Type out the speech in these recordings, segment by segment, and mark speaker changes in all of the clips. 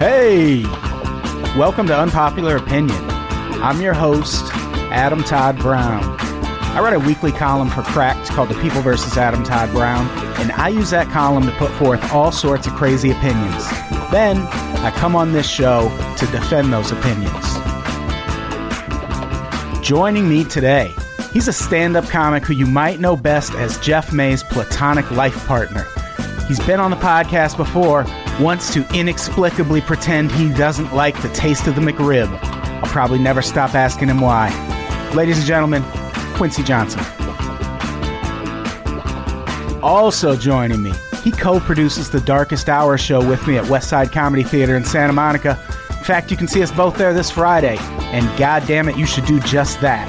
Speaker 1: Hey, welcome to Unpopular Opinion. I'm your host, Adam Todd Brown. I write a weekly column for Cracked called The People vs. Adam Todd Brown, and I use that column to put forth all sorts of crazy opinions. Then I come on this show to defend those opinions. Joining me today, he's a stand up comic who you might know best as Jeff May's platonic life partner. He's been on the podcast before, wants to inexplicably pretend he doesn't like the taste of the McRib. I'll probably never stop asking him why. Ladies and gentlemen, Quincy Johnson. Also joining me, he co produces the Darkest Hour show with me at Westside Comedy Theater in Santa Monica. In fact, you can see us both there this Friday, and god damn it, you should do just that.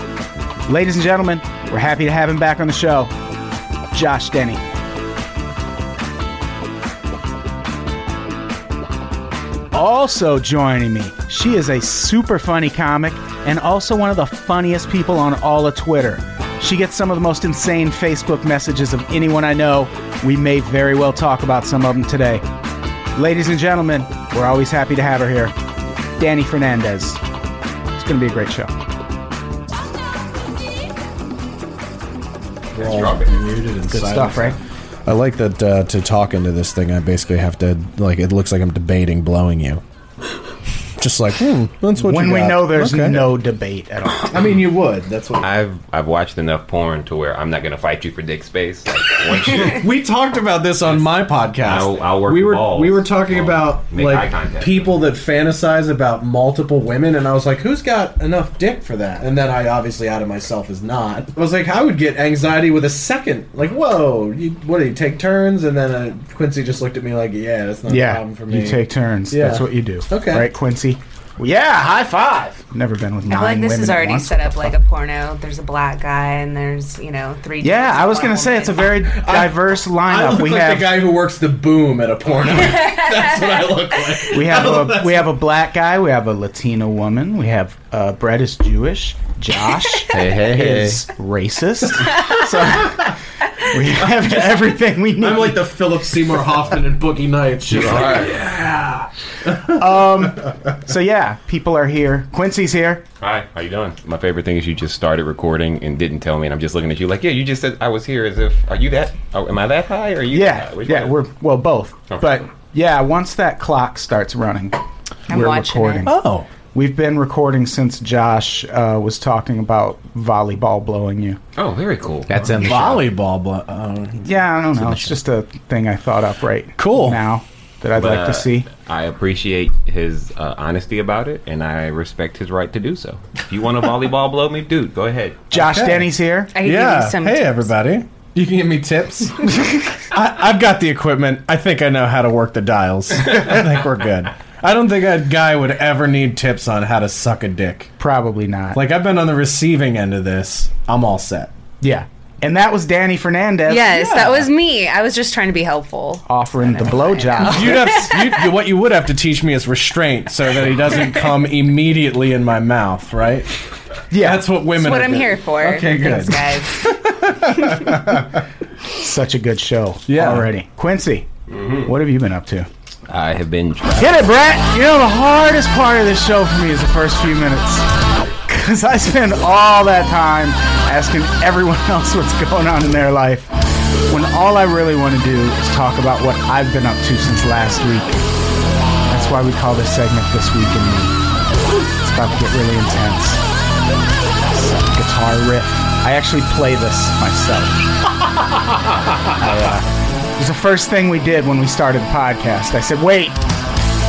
Speaker 1: Ladies and gentlemen, we're happy to have him back on the show. Josh Denny. Also joining me, she is a super funny comic and also one of the funniest people on all of Twitter. She gets some of the most insane Facebook messages of anyone I know. We may very well talk about some of them today. Ladies and gentlemen, we're always happy to have her here. Danny Fernandez. It's going to be a great show. Good stuff, right?
Speaker 2: I like that uh, to talk into this thing, I basically have to like. It looks like I'm debating blowing you. Just like hmm, that's what.
Speaker 1: When
Speaker 2: you
Speaker 1: we
Speaker 2: got.
Speaker 1: know there's
Speaker 2: Okay.
Speaker 1: no debate at all.
Speaker 3: I mean, you would. That's what
Speaker 4: I've I've watched enough porn to where I'm not gonna fight you for dick space. Like, once you,
Speaker 2: We talked about this on my podcast.
Speaker 4: I'll, I'll work.
Speaker 3: we
Speaker 4: the
Speaker 3: were.
Speaker 4: balls.
Speaker 3: We were talking
Speaker 4: I'll
Speaker 3: about
Speaker 4: make eye
Speaker 3: like
Speaker 4: contact.
Speaker 3: people that fantasize about multiple women, and I was like, "Who's got enough dick for that?" And then I obviously out of myself is not. I was like, "I would get anxiety with a second. Like, whoa, you, what do you take turns?" And then uh, Quincy just looked at me like, "Yeah, that's not a
Speaker 1: Yeah,
Speaker 3: problem for me."
Speaker 1: you take turns.
Speaker 3: Yeah.
Speaker 1: That's what you do.
Speaker 3: Okay.
Speaker 1: right, Quincy. Well, yeah, high five. Never been with
Speaker 5: I
Speaker 1: nine
Speaker 5: feel like this
Speaker 1: women
Speaker 5: is
Speaker 1: at
Speaker 5: already
Speaker 1: once.
Speaker 5: set up like a porno. There's a black guy and there's you know three.
Speaker 1: Yeah,
Speaker 5: dudes
Speaker 1: I
Speaker 5: and
Speaker 1: was
Speaker 5: one
Speaker 1: gonna say it's a
Speaker 5: woman.
Speaker 1: very diverse
Speaker 3: I
Speaker 1: lineup.
Speaker 3: look
Speaker 1: We
Speaker 3: like
Speaker 1: have
Speaker 3: the guy who works the boom at a porno. that's what I look like.
Speaker 1: we have a we have a black guy. We have a Latino woman. We have uh, Brett is Jewish. Josh
Speaker 4: Hey, hey, hey.
Speaker 1: is racist. So we have everything we need.
Speaker 3: I'm like the Philip Seymour Hoffman and Boogie Nights. Just like,
Speaker 1: so yeah, people are here. Quincy's here.
Speaker 4: Hi, how you doing? My favorite thing is you just started recording and didn't tell me, and I'm just looking at you like, yeah, you just said I was here. As if, are you that? Oh, am I that high? Or are you?
Speaker 1: Yeah,
Speaker 4: that high? Which
Speaker 1: yeah,
Speaker 4: one?
Speaker 1: we're well both.
Speaker 4: Okay.
Speaker 1: But yeah, once that clock starts running,
Speaker 5: I'm
Speaker 1: we're
Speaker 5: watching
Speaker 1: recording.
Speaker 5: it.
Speaker 2: Oh,
Speaker 1: We've been recording since Josh uh, was talking about volleyball blowing you.
Speaker 4: Oh, very cool.
Speaker 6: That's in the show.
Speaker 2: volleyball. Blo-
Speaker 3: uh,
Speaker 2: oh.
Speaker 1: Yeah, I don't know. It's just a thing I thought up right
Speaker 2: Cool.
Speaker 1: now that I'd like
Speaker 4: Uh,
Speaker 1: to see.
Speaker 4: I appreciate his uh, honesty about it, and I respect his right to do so. If you want to volleyball blow me, dude, go ahead.
Speaker 1: Josh
Speaker 2: okay.
Speaker 1: Denny's here.
Speaker 5: I could give
Speaker 2: Yeah.
Speaker 5: you some
Speaker 2: Hey,
Speaker 5: tips.
Speaker 2: everybody.
Speaker 3: you can give me tips.
Speaker 2: I, I've got the equipment. I think I know how to work the dials. I think we're good. I don't think a guy would ever need tips on how to suck a dick.
Speaker 1: Probably not.
Speaker 2: Like I've been on the receiving end of this. I'm all set.
Speaker 1: yeah. And that was Danny Fernandez
Speaker 5: Yes, that was me. I was just trying to be helpful.
Speaker 1: offering the blowjob.
Speaker 2: You'd have, you, you- what you would have to teach me is restraint, so that he doesn't come immediately in my mouth. Right?
Speaker 1: Yeah,
Speaker 2: That's what women.
Speaker 5: That's what
Speaker 2: are
Speaker 5: I'm
Speaker 2: good-
Speaker 5: here for.
Speaker 2: Okay, good.
Speaker 5: Thanks, guys.
Speaker 1: such a good show
Speaker 2: Yeah.
Speaker 1: already. Quincy, what have you been up to?
Speaker 4: I have been. Tra-
Speaker 1: Get it, Brett. You know the hardest part of this show for me is the first few minutes. Because I spend all that time asking everyone else what's going on in their life. When all I really want to do is talk about what I've been up to since last week. That's why we call this segment This Week in Me. It's about to get really intense. It's a guitar riff. I actually play this myself. It was the first thing we did when we started the podcast. I said, wait,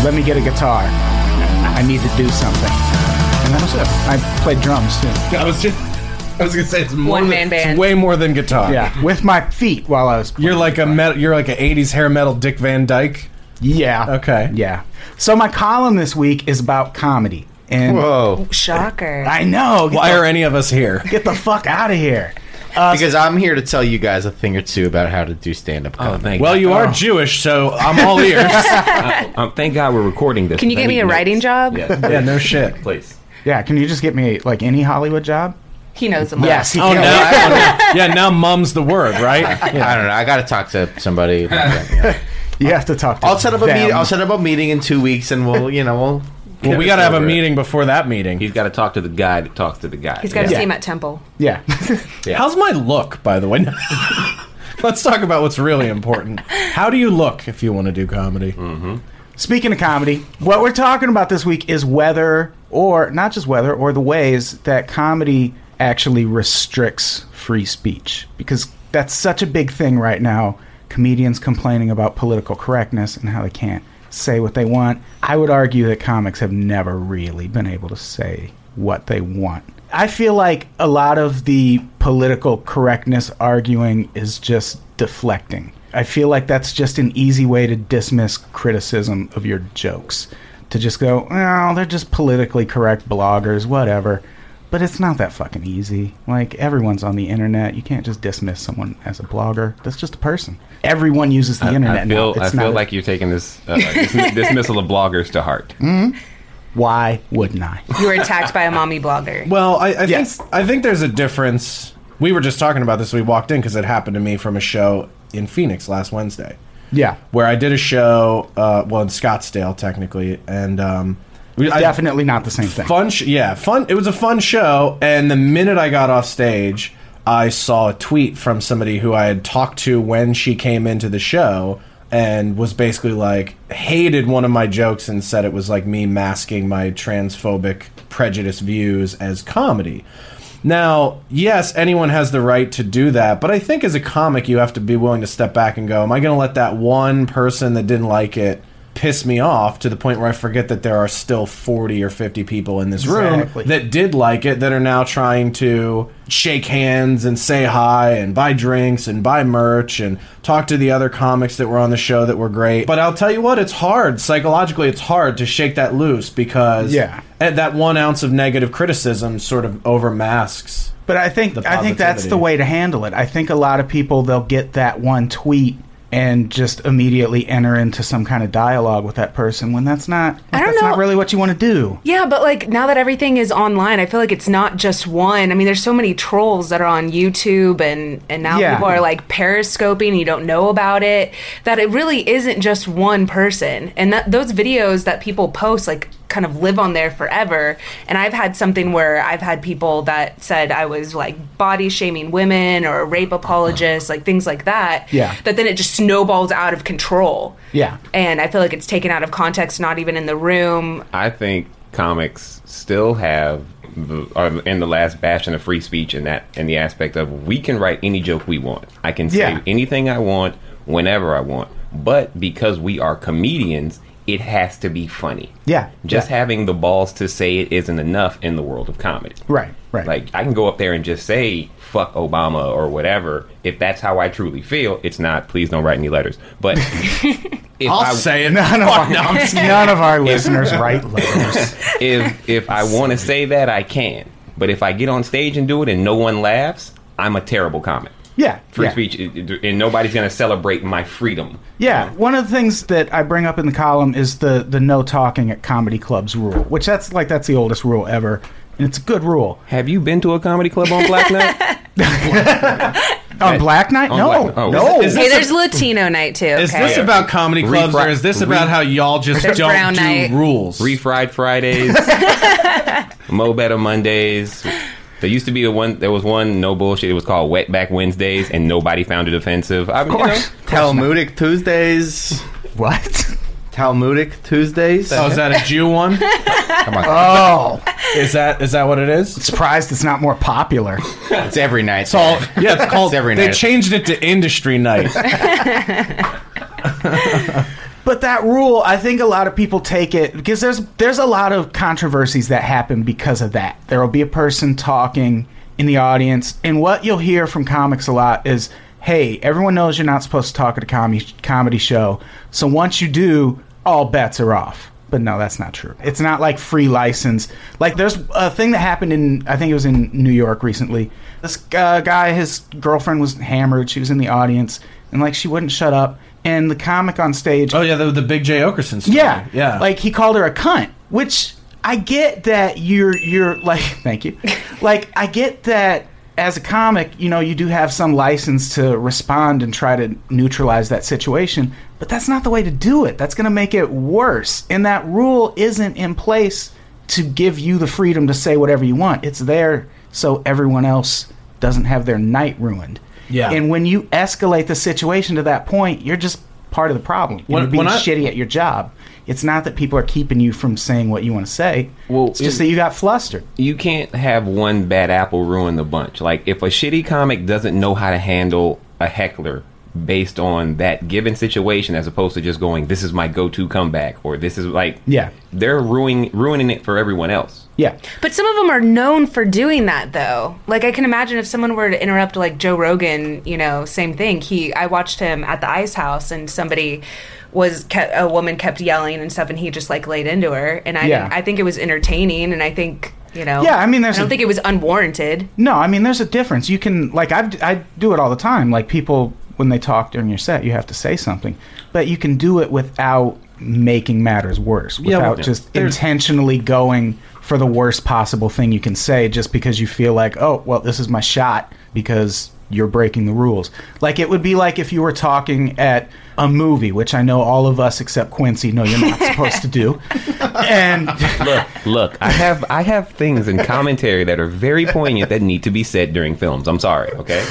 Speaker 1: let me get a guitar. I need to do something. And that was it. I played drums too.
Speaker 2: I was just. I was gonna say it's more
Speaker 5: One
Speaker 2: than-
Speaker 5: man band.
Speaker 2: It's way more than guitar.
Speaker 1: Yeah, with my feet while I was playing.
Speaker 2: You're like a metal, you're like an '80s hair metal Dick Van Dyke.
Speaker 1: Yeah.
Speaker 2: Okay.
Speaker 1: Yeah. So my column this week is about comedy. And
Speaker 6: Whoa.
Speaker 5: Shocker.
Speaker 1: I know. Get,
Speaker 2: Why
Speaker 1: the,
Speaker 2: are any of us here?
Speaker 1: get the fuck out of here.
Speaker 6: Because I'm here to tell you guys a thing or two about how to do stand up
Speaker 4: oh,
Speaker 6: comedy.
Speaker 4: thank
Speaker 2: Well,
Speaker 4: God.
Speaker 2: you are Jewish, so I'm all ears.
Speaker 4: Um, thank God we're recording this.
Speaker 5: Can you
Speaker 4: I
Speaker 5: get me
Speaker 4: need
Speaker 5: a
Speaker 4: notes.
Speaker 5: writing job?
Speaker 4: Yes,
Speaker 2: yeah, no shit.
Speaker 4: please.
Speaker 1: Yeah, can you just get me like any Hollywood job?
Speaker 5: He knows a lot.
Speaker 1: Yes, he
Speaker 2: Oh
Speaker 1: can.
Speaker 2: no! I don't know. yeah, now mum's the word, right?
Speaker 6: I don't know. I got to talk to somebody. About that, you know.
Speaker 1: You have to talk to
Speaker 6: I'll set up a
Speaker 1: them.
Speaker 6: meeting. I'll set up a meeting in two weeks, and we'll, you know, we'll.
Speaker 2: Well, we got to have a
Speaker 4: Over it.
Speaker 2: meeting before that meeting.
Speaker 4: He's got to talk to the guy that talks to the guy.
Speaker 5: He's got his
Speaker 1: Yeah.
Speaker 5: team at Temple.
Speaker 1: Yeah.
Speaker 4: Yeah.
Speaker 2: How's my look, by the way? Let's talk about what's really important. How do you look if you want to do comedy?
Speaker 1: Speaking of comedy, what we're talking about this week is whether, or not just whether, or the ways that comedy actually restricts free speech. Because that's such a big thing right now. Comedians complaining about political correctness and how they can't say what they want. I would argue that comics have never really been able to say what they want. I feel like a lot of the political correctness arguing is just deflecting. I feel like that's just an easy way to dismiss criticism of your jokes. To just go, oh, they're just politically correct bloggers, whatever. But it's not that fucking easy. Like, everyone's on the internet. You can't just dismiss someone as a blogger. That's just a person. Everyone uses the internet
Speaker 4: I feel,
Speaker 1: now.
Speaker 4: I
Speaker 1: It's
Speaker 4: feel
Speaker 1: not a-
Speaker 4: like you're taking this uh, dismi- dismissal of bloggers to heart.
Speaker 1: Mm. Why wouldn't I?
Speaker 5: You were attacked by a mommy blogger.
Speaker 2: Well, I, I
Speaker 1: Yes.
Speaker 2: think I think there's a difference. We were just talking about this. We walked in because it happened to me from a show in Phoenix last Wednesday,
Speaker 1: Yeah.
Speaker 2: where I did a show. Uh, well, in Scottsdale, technically, and um, we, I-
Speaker 1: Definitely not the same thing.
Speaker 2: fun. Sh- yeah, fun. It was a fun show. And the minute I got off stage, I saw a tweet from somebody who I had talked to when she came into the show and was basically like hated one of my jokes and said it was like me masking my transphobic prejudice views as comedy. Now, yes, anyone has the right to do that, but I think as a comic, you have to be willing to step back and go, Am I going to let that one person that didn't like it piss me off to the point where I forget that there are still 40 or 50 people in this
Speaker 1: Exactly.
Speaker 2: room that did like it that are now trying to shake hands and say hi and buy drinks and buy merch and talk to the other comics that were on the show that were great. But I'll tell you what, it's hard. Psychologically, it's hard to shake that loose because
Speaker 1: Yeah.
Speaker 2: and that one ounce of negative criticism sort of overmasks.
Speaker 1: But I think
Speaker 2: the
Speaker 1: I think that's the
Speaker 2: positivity.
Speaker 1: way to handle it. I think a lot of people they'll get that one tweet and just immediately enter into some kind of dialogue with that person when that's not
Speaker 5: I don't
Speaker 1: that's not
Speaker 5: know.
Speaker 1: really what you want to do.
Speaker 5: Yeah, but like now that everything is online, I feel like it's not just one. I mean, there's so many trolls that are on YouTube and and now
Speaker 1: Yeah.
Speaker 5: people are like periscoping, and you don't know about it, that it really isn't just one person. And that those videos that people post like kind of live on there forever. And I've had something where I've had people that said I was like body shaming women or a rape apologist, like things like that.
Speaker 1: Yeah.
Speaker 5: That then it just snowballs out of control.
Speaker 1: Yeah.
Speaker 5: And I feel like it's taken out of context, not even in the room.
Speaker 4: I think comics still have the- are in the last bastion of free speech in that in the aspect of we can write any joke we want. I can say
Speaker 1: Yeah.
Speaker 4: anything I want whenever I want. But because we are comedians, it has to be funny.
Speaker 1: Yeah,
Speaker 4: Just
Speaker 1: yeah.
Speaker 4: having the balls to say it isn't enough in the world of comedy.
Speaker 1: Right, right.
Speaker 4: Like I can go up there and just say fuck Obama or whatever. If that's how I truly feel, it's not please don't write any letters. But if
Speaker 2: I'll
Speaker 4: I-
Speaker 2: say it.
Speaker 1: None of, our, none of our listeners write letters.
Speaker 4: if if I want to say that, I can. But if I get on stage and do it and no one laughs, I'm a terrible comic.
Speaker 1: Yeah,
Speaker 4: Free
Speaker 1: yeah.
Speaker 4: speech, and nobody's going to celebrate my freedom.
Speaker 1: Yeah, one of the things that I bring up in the column is the the no talking at comedy clubs rule, which that's like that's the oldest rule ever, and it's a good rule.
Speaker 4: Have you been to a comedy club on Black Night?
Speaker 1: On Black Knight,
Speaker 4: On
Speaker 1: no,
Speaker 4: Black Knight. Oh,
Speaker 1: no,
Speaker 2: is it-
Speaker 5: Hey,
Speaker 2: This
Speaker 5: there's Latino night too. Okay?
Speaker 2: Is this about comedy clubs
Speaker 4: Refri-
Speaker 2: or is this about
Speaker 4: re-
Speaker 2: how y'all just
Speaker 5: There's
Speaker 2: don't
Speaker 5: Brown
Speaker 2: do
Speaker 5: Knight.
Speaker 2: rules?
Speaker 4: Refried Fridays, Mo Better Mondays. There used to be a one. There was one no bullshit. It was called Wetback Wednesdays, and nobody found it offensive. I mean, you know,
Speaker 6: Talmudic Tuesdays.
Speaker 1: what?
Speaker 6: Talmudic Tuesdays.
Speaker 2: Oh, is that a Jew one?
Speaker 6: Come on.
Speaker 1: Oh,
Speaker 2: Is that is that what it is?
Speaker 1: surprised it's not more popular.
Speaker 6: It's every night.
Speaker 2: It's all yeah. It's called.
Speaker 6: It's every
Speaker 2: they
Speaker 6: night.
Speaker 2: changed it to industry night.
Speaker 1: But that rule, I think a lot of people take it because there's there's a lot of controversies that happen because of that. There will be a person talking in the audience, and what you'll hear from comics a lot is, "Hey, everyone knows you're not supposed to talk at a comedy comedy show, so once you do, all bets are off." But no, that's not true. It's not like free license. Like there's a thing that happened in I think it was in New York recently. This uh, guy, his girlfriend was hammered. She was in the audience, and like she wouldn't shut up. And the comic on stage
Speaker 2: Oh yeah, the, the big Jay Okerson story.
Speaker 1: yeah,
Speaker 2: yeah.
Speaker 1: Like he called her a cunt, which I get that you're you're like thank you, like I get that as a comic, you know, you do have some license to respond and try to neutralize that situation, but that's not the way to do it. That's going to make it worse. And that rule isn't in place to give you the freedom to say whatever you want. It's there so everyone else doesn't have their night ruined.
Speaker 2: Yeah.
Speaker 1: And when you escalate the situation to that point, you're just part of the problem. And
Speaker 2: When-
Speaker 1: you're being
Speaker 2: when I-
Speaker 1: shitty at your job. It's not that people are keeping you from saying what you want to say.
Speaker 4: Well,
Speaker 1: it's just
Speaker 4: in-
Speaker 1: that you got flustered.
Speaker 4: you can't have one bad apple ruin the bunch. Like if a shitty comic doesn't know how to handle a heckler based on that given situation as opposed to just going this is my go-to comeback or this is like
Speaker 1: Yeah.
Speaker 4: they're ruining ruining it for everyone else.
Speaker 1: Yeah.
Speaker 5: But some of them are known for doing that, though. Like I can imagine if someone were to interrupt, like Joe Rogan, you know, same thing. He, I watched him at the Ice House, and somebody was kept, a woman kept yelling and stuff, and he just like laid into her. And I,
Speaker 1: Yeah.
Speaker 5: didn't- I think it was entertaining, and I think you know,
Speaker 1: Yeah, I mean, there's
Speaker 5: I
Speaker 1: a-
Speaker 5: don't think it was unwarranted.
Speaker 1: No, I mean, there's a difference. You can like I've, I do it all the time. Like people when they talk during your set, you have to say something, but you can do it without making matters worse, without
Speaker 2: well,
Speaker 1: just
Speaker 2: there's-
Speaker 1: intentionally going for the worst possible thing you can say, just because you feel like, oh, well, this is my shot because you're breaking the rules. Like it would be like if you were talking at a movie, which I know all of us except Quincy know you're not supposed to do, and.
Speaker 4: Look, look, I have I have things in commentary that are very poignant that need to be said during films. I'm sorry, okay?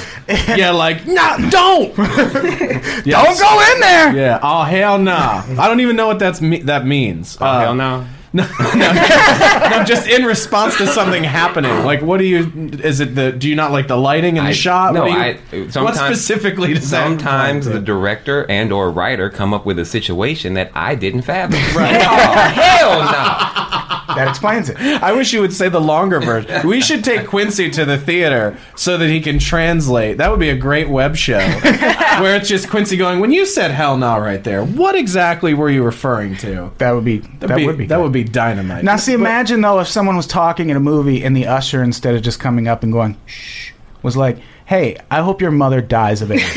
Speaker 2: yeah, like nah,
Speaker 1: Don't don't go in there.
Speaker 2: yeah. Oh hell nah. I don't even know what that's me- that means. Uh,
Speaker 4: Oh, hell no.
Speaker 2: No, just in response to something happening. Like, what do you? Is it the? Do you not like the lighting in the
Speaker 4: I-
Speaker 2: shot?
Speaker 4: no,
Speaker 2: what, do you-
Speaker 4: I-
Speaker 2: what
Speaker 4: sometimes-
Speaker 2: specifically does that?
Speaker 4: Sometimes the director and or writer come up with a situation that I didn't fathom. Right. hell no.
Speaker 1: That explains it.
Speaker 2: I wish you would say the longer version. We should take Quincy to the theater so that he can translate. That would be a great web show where it's just Quincy going, "When you said hell nah right there, what exactly were you referring to?"
Speaker 1: That would be that,
Speaker 2: That'd
Speaker 1: would be
Speaker 2: that
Speaker 1: good.
Speaker 2: would be dynamite.
Speaker 1: Now, see, imagine though if someone was talking in a movie and the usher, instead of just coming up and going shh, was like, "Hey, I hope your mother dies of AIDS."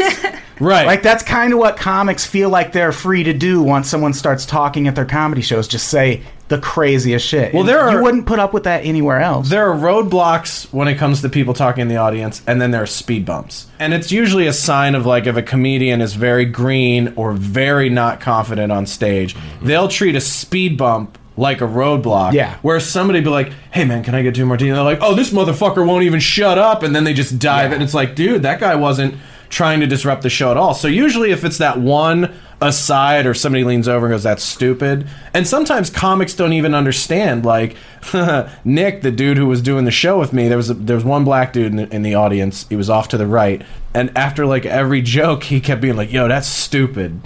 Speaker 2: right?
Speaker 1: like that's kind of what comics feel like they're free to do once someone starts talking at their comedy shows. Just say the craziest shit. Well,
Speaker 2: there are-
Speaker 1: you wouldn't put up with that anywhere else.
Speaker 2: there are roadblocks when it comes to people talking in the audience, and then there are speed bumps. And it's usually a sign of like if a comedian is very green or very not confident on stage, they'll treat a speed bump like a roadblock.
Speaker 1: Yeah.
Speaker 2: Where somebody be like, hey man, can I get two martinis? They're like, oh, this motherfucker won't even shut up. And then they just dive in. It's like, dude, that guy wasn't trying to disrupt the show at all. So usually if it's that one aside or somebody leans over and goes that's stupid and sometimes comics don't even understand like nick the dude who was doing the show with me there was a, there was one black dude in the, in the audience he was off to the right and after like every joke he kept being like yo that's stupid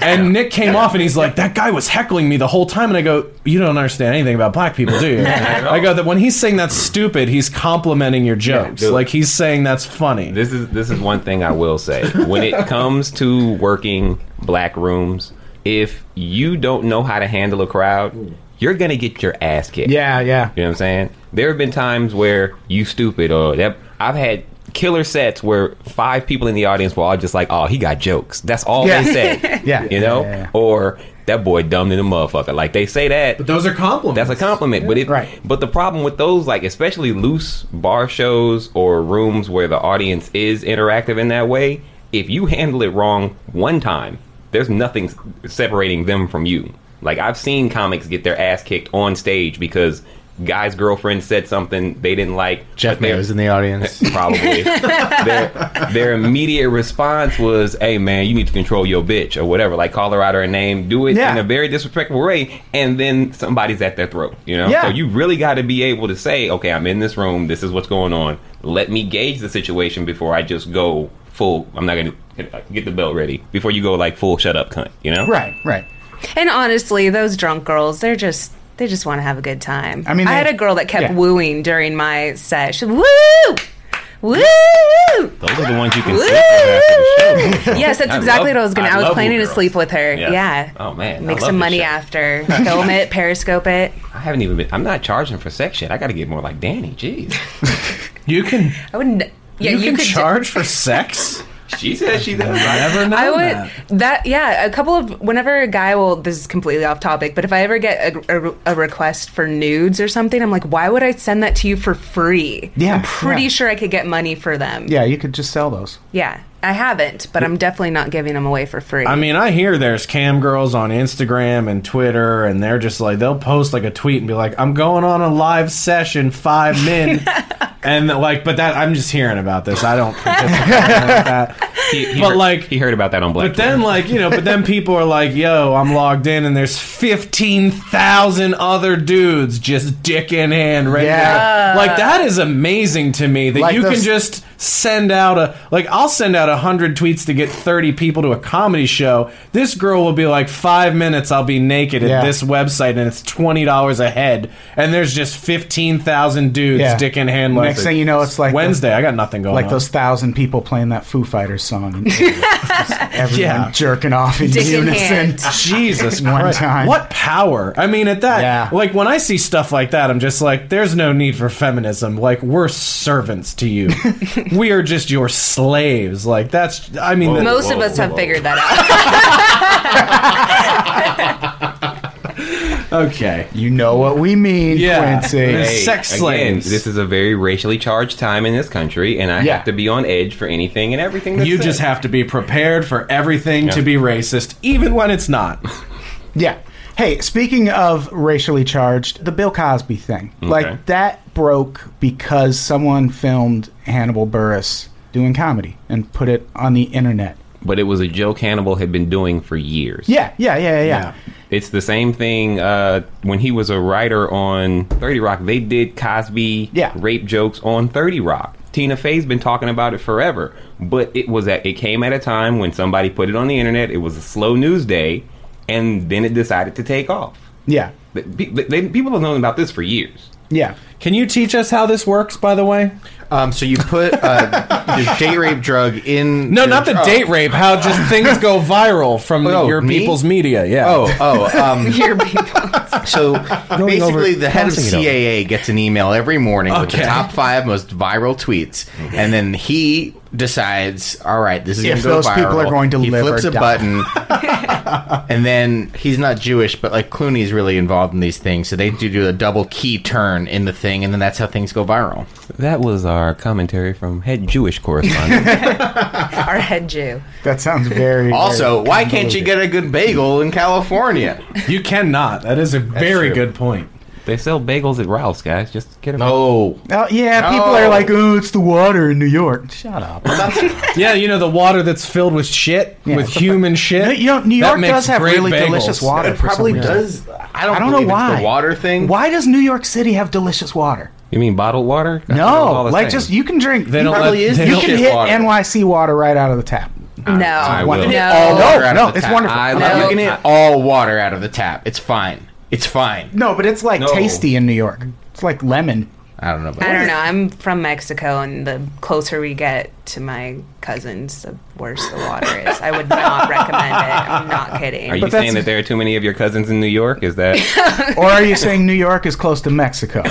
Speaker 2: and Nick came off and he's like, that guy was heckling me the whole time. And I go, you don't understand anything about black people, do you? I go, that when he's saying that's stupid, he's complimenting your jokes.
Speaker 4: dude.
Speaker 2: like he's saying that's funny.
Speaker 4: This is this is one thing I will say. When it comes to working black rooms, if you don't know how to handle a crowd, you're gonna get your ass kicked.
Speaker 1: yeah, yeah.
Speaker 4: You know what I'm saying? There have been times where you stupid or that I've had killer sets where five people in the audience were all just like, "Oh, he got jokes." That's all
Speaker 1: Yeah.
Speaker 4: they say.
Speaker 1: Yeah.
Speaker 4: you know,
Speaker 1: Yeah, yeah, yeah.
Speaker 4: or that boy dumb than a motherfucker. Like they say that.
Speaker 3: But those are compliments.
Speaker 4: That's a compliment, but it.
Speaker 1: Right.
Speaker 4: But the problem with those, like especially loose bar shows or rooms where the audience is interactive in that way, if you handle it wrong one time, there's nothing s- separating them from you. Like I've seen comics get their ass kicked on stage because guy's girlfriend said something they didn't like.
Speaker 6: Jeff
Speaker 4: but they're-
Speaker 6: Mayo was in the audience.
Speaker 4: probably. their, their immediate response was, "Hey man, you need to control your bitch or whatever. Like call her out her name, do it
Speaker 1: Yeah.
Speaker 4: in a very disrespectful way, and then somebody's at their throat. You know,
Speaker 1: Yeah.
Speaker 4: so you really got to be able to say, "Okay, I'm in this room. This is what's going on. Let me gauge the situation before I just go full. I'm not gonna." uh, Get the belt ready before you go like full shut up cunt, you know?
Speaker 1: Right, right.
Speaker 5: And honestly, those drunk girls, they're just. They just want to have a good time.
Speaker 1: I mean,
Speaker 5: I
Speaker 1: they-
Speaker 5: had a girl that kept
Speaker 1: yeah.
Speaker 5: wooing during my set. She woo, woo.
Speaker 4: Those are the ones you can
Speaker 5: Woo!
Speaker 4: sleep with after the show.
Speaker 5: yes, that's
Speaker 4: I
Speaker 5: exactly
Speaker 4: love-
Speaker 5: what I was gonna.
Speaker 4: I
Speaker 5: I, was
Speaker 4: love
Speaker 5: planning
Speaker 4: Woo
Speaker 5: to
Speaker 4: Girls.
Speaker 5: sleep with her.
Speaker 4: Yeah.
Speaker 5: Yeah.
Speaker 4: Oh, man, I
Speaker 5: Make
Speaker 4: love
Speaker 5: some
Speaker 4: this
Speaker 5: money
Speaker 4: shit.
Speaker 5: after. Film it, periscope it.
Speaker 4: I haven't even been. I'm not charging for sex yet. I got to get more like Danny. Jeez.
Speaker 2: You can
Speaker 5: I wouldn't. Yeah,
Speaker 2: you,
Speaker 5: you,
Speaker 2: can
Speaker 5: could ju-
Speaker 2: charge for sex?
Speaker 4: She says she does. I-
Speaker 2: Never know
Speaker 5: I
Speaker 2: that.
Speaker 5: would that yeah. A couple of whenever a guy will this is completely off topic, but if I ever get a, a- a request for nudes or something, I'm like, why would I send that to you for free?
Speaker 1: Yeah,
Speaker 5: I'm pretty
Speaker 1: yeah.
Speaker 5: sure I could get money for them.
Speaker 1: Yeah, you could just sell those.
Speaker 5: yeah. I haven't, but I'm definitely not giving them away for free.
Speaker 2: I mean, I hear there's cam girls on Instagram and Twitter, and they're just like they'll post like a tweet and be like, "I'm going on a live session, five men," and like, but that I'm just hearing about this. I don't participate in that.
Speaker 4: he, he
Speaker 2: But,
Speaker 4: heard,
Speaker 2: like-
Speaker 4: he heard about that on Black.
Speaker 2: But then, like you know, but then people are like, "Yo, I'm logged in, and there's fifteen thousand other dudes just dick in hand, ready." to-
Speaker 1: Yeah.
Speaker 2: like that is amazing to me that
Speaker 1: Like
Speaker 2: you can
Speaker 1: those-
Speaker 2: just send out a like. I'll send out hundred tweets to get thirty people to a comedy show. This girl will be like five minutes. I'll be naked
Speaker 1: Yeah.
Speaker 2: at this website, and it's twenty dollars a head, and there's just fifteen thousand dudes
Speaker 1: Yeah.
Speaker 2: dick in hand. like,
Speaker 1: Next thing you know, it's like the-
Speaker 2: Wednesday. I got nothing going.
Speaker 1: Like
Speaker 2: on.
Speaker 1: those thousand people playing that Foo Fighters song. And everyone
Speaker 2: Yeah.
Speaker 1: jerking off in
Speaker 5: Dick in
Speaker 1: unison.
Speaker 5: hand.
Speaker 2: Jesus
Speaker 1: One
Speaker 2: Christ.
Speaker 1: time.
Speaker 2: What power. I mean, at that,
Speaker 1: Yeah.
Speaker 2: like, when I see stuff like that, I'm just like, there's no need for feminism. Like, we're servants to you. we are just your slaves. Like, that's, I mean, that-
Speaker 5: most of
Speaker 4: Whoa,
Speaker 5: us have
Speaker 4: whoa.
Speaker 5: figured that out.
Speaker 2: okay.
Speaker 1: You know what we mean,
Speaker 2: Yeah.
Speaker 1: Quincy.
Speaker 2: Hey. sex slaves.
Speaker 4: This is a very racially charged time in this country, and I
Speaker 1: Yeah.
Speaker 4: have to be on edge for anything and everything. That's
Speaker 2: You
Speaker 4: said.
Speaker 2: just have to be prepared for everything to
Speaker 4: Yeah.
Speaker 2: be racist, even when it's not.
Speaker 1: Yeah. Hey, speaking of racially charged, the Bill Cosby thing. Like that broke because someone filmed Hannibal Burris doing comedy and put it on the internet.
Speaker 4: but it was a joke Hannibal had been doing for years.
Speaker 1: Yeah, yeah, yeah, yeah. yeah.
Speaker 4: It's the same thing uh, when he was a writer on 30 Rock. They did Cosby
Speaker 1: Yeah.
Speaker 4: rape jokes on 30 Rock. Tina Fey's been talking about it forever, but it was at, it came at a time when somebody put it on the internet. It was a slow news day, and then it decided to take off.
Speaker 1: Yeah.
Speaker 4: They- they- they- people have known about this for years.
Speaker 1: Yeah.
Speaker 2: Can you teach us how this works, by the way?
Speaker 6: Um, so you put uh, your date rape drug in.
Speaker 2: No,
Speaker 6: your-
Speaker 2: not the
Speaker 6: oh.
Speaker 2: date rape, how just things go viral from
Speaker 6: Oh,
Speaker 2: your
Speaker 6: me?
Speaker 2: people's media. Yeah.
Speaker 6: Oh, oh. Um,
Speaker 5: Your people.
Speaker 6: So basically,
Speaker 2: over-
Speaker 6: the head of
Speaker 2: crossing it over.
Speaker 6: CAA gets an email every morning with the
Speaker 2: Okay.
Speaker 6: top five most viral tweets, and then he decides, "All right, this is
Speaker 1: If
Speaker 6: gonna go
Speaker 1: those
Speaker 6: viral."
Speaker 1: people are going to
Speaker 6: he
Speaker 1: live
Speaker 6: flips
Speaker 1: or
Speaker 6: a
Speaker 1: die.
Speaker 6: button, and then he's not Jewish, but like Clooney's really involved in these things, so they do do a double key turn in the thing, and then that's how things go viral.
Speaker 4: That was our commentary from head Jewish correspondent.
Speaker 5: Our head Jew.
Speaker 1: That sounds very
Speaker 6: Also,
Speaker 1: very
Speaker 6: why can't you
Speaker 1: convoluted.
Speaker 6: get a good bagel in California?
Speaker 2: You cannot. That is a very
Speaker 6: true.
Speaker 2: good point.
Speaker 4: they sell bagels at Ralph's, guys. Just get them.
Speaker 6: No,
Speaker 1: Oh, yeah, people
Speaker 6: No.
Speaker 1: are like, "Oh, it's the water in New York." Shut up.
Speaker 2: Yeah, you know the water that's filled with shit, with human shit.
Speaker 1: You know, New
Speaker 2: That
Speaker 1: York
Speaker 2: makes
Speaker 1: does have
Speaker 2: great
Speaker 1: really delicious
Speaker 2: bagels.
Speaker 1: water.
Speaker 6: it
Speaker 1: for some
Speaker 6: probably
Speaker 1: reason.
Speaker 6: does. I don't,
Speaker 1: I don't know
Speaker 6: believe it's
Speaker 1: why.
Speaker 6: the water thing.
Speaker 1: Why does New York City have delicious water?
Speaker 4: You mean bottled water? I thought it was
Speaker 1: No,
Speaker 4: all the
Speaker 1: like
Speaker 4: same.
Speaker 1: just you can drink.
Speaker 2: They
Speaker 1: you
Speaker 2: don't
Speaker 1: can-
Speaker 2: let-
Speaker 6: Probably is
Speaker 2: they
Speaker 1: you
Speaker 2: don't-
Speaker 1: can
Speaker 6: delicious
Speaker 1: hit
Speaker 6: water.
Speaker 1: NYC water right out of the tap.
Speaker 5: no.
Speaker 4: I will.
Speaker 5: No.
Speaker 6: all
Speaker 1: Oh, No,
Speaker 6: water out
Speaker 1: no,
Speaker 6: of the
Speaker 1: it's
Speaker 6: tap.
Speaker 1: wonderful.
Speaker 6: I
Speaker 5: No.
Speaker 6: You can get all water out of the tap. It's fine. It's fine.
Speaker 1: No, but it's like
Speaker 4: No.
Speaker 1: tasty in New York. It's like lemon.
Speaker 6: I don't know. About
Speaker 5: I don't know. I'm from Mexico, and the closer we get to my cousins, the worse the water is. I would not recommend it. I'm not kidding.
Speaker 4: Are you
Speaker 1: But
Speaker 4: saying
Speaker 1: that's-
Speaker 4: that there are too many of your cousins in New York? Is that
Speaker 1: Or are you saying New York is close to Mexico?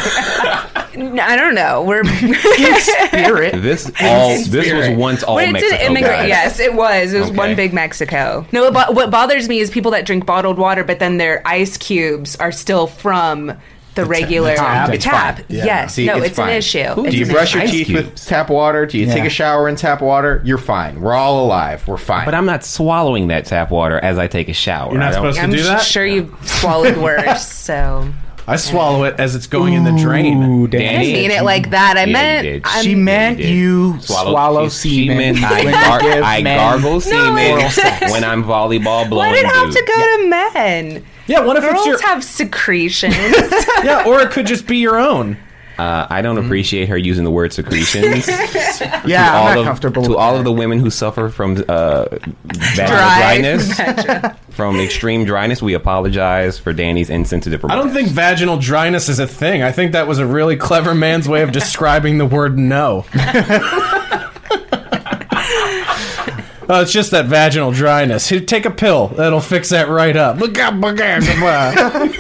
Speaker 5: N- I don't know. We're
Speaker 1: In spirit.
Speaker 4: this all? This was once all
Speaker 5: But it's
Speaker 4: Mexico.
Speaker 5: an immigrant.
Speaker 4: guys.
Speaker 5: Yes, it was. It was one
Speaker 4: Okay.
Speaker 5: big Mexico. No, what bo- what bothers me is people that drink bottled water, but then their ice cubes are still from the, regular
Speaker 1: tap.
Speaker 5: tap.
Speaker 1: It's
Speaker 6: fine. Yeah.
Speaker 5: Yes,
Speaker 6: See,
Speaker 5: no,
Speaker 6: it's
Speaker 5: it's, an
Speaker 6: fine.
Speaker 5: issue.
Speaker 4: Who
Speaker 5: It's
Speaker 6: Do you
Speaker 5: an
Speaker 6: brush your
Speaker 4: ice
Speaker 6: teeth with
Speaker 4: cubes.
Speaker 6: tap water? Do you
Speaker 1: Yeah.
Speaker 6: take a shower in tap water? You're fine. We're all alive. We're fine.
Speaker 4: But I'm not swallowing that tap water as I take a shower.
Speaker 2: You're not
Speaker 4: I don't-
Speaker 2: supposed to
Speaker 5: I'm
Speaker 2: do that.
Speaker 5: sure you've swallowed worse. So
Speaker 2: I swallow it as it's going in the
Speaker 1: Ooh,
Speaker 2: drain.
Speaker 5: I didn't
Speaker 4: Yeah,
Speaker 5: mean it like that. I
Speaker 4: you
Speaker 5: meant
Speaker 4: did.
Speaker 5: I'm-
Speaker 1: She meant
Speaker 4: Yeah,
Speaker 1: you
Speaker 4: did.
Speaker 1: swallow,
Speaker 4: she, she
Speaker 1: semen.
Speaker 4: meant I,
Speaker 1: when you
Speaker 4: gar-
Speaker 1: give
Speaker 4: I
Speaker 1: men-
Speaker 4: gargle semen
Speaker 5: it's-
Speaker 4: when I'm volleyball blowing.
Speaker 5: Why did it have
Speaker 4: dudes.
Speaker 5: to go to men?
Speaker 2: Yeah, what if
Speaker 5: Girls
Speaker 2: it's your
Speaker 5: have secretions.
Speaker 2: Yeah, or it could just be your own.
Speaker 4: Uh, I don't appreciate her using the word secretions.
Speaker 1: Hmm. Yeah,
Speaker 4: all
Speaker 1: I'm not
Speaker 4: of,
Speaker 1: comfortable.
Speaker 4: to
Speaker 1: with
Speaker 4: all
Speaker 1: that.
Speaker 4: of the women who suffer from uh, vaginal
Speaker 5: Dry.
Speaker 4: dryness, from extreme dryness, we apologize for Danny's insensitive
Speaker 2: I
Speaker 4: remarks.
Speaker 2: don't think vaginal dryness is a thing. I think that was a really clever man's way of describing the word no. Oh, it's just that vaginal dryness. Here, take a pill. That'll fix that right up. Look out, look out, look out.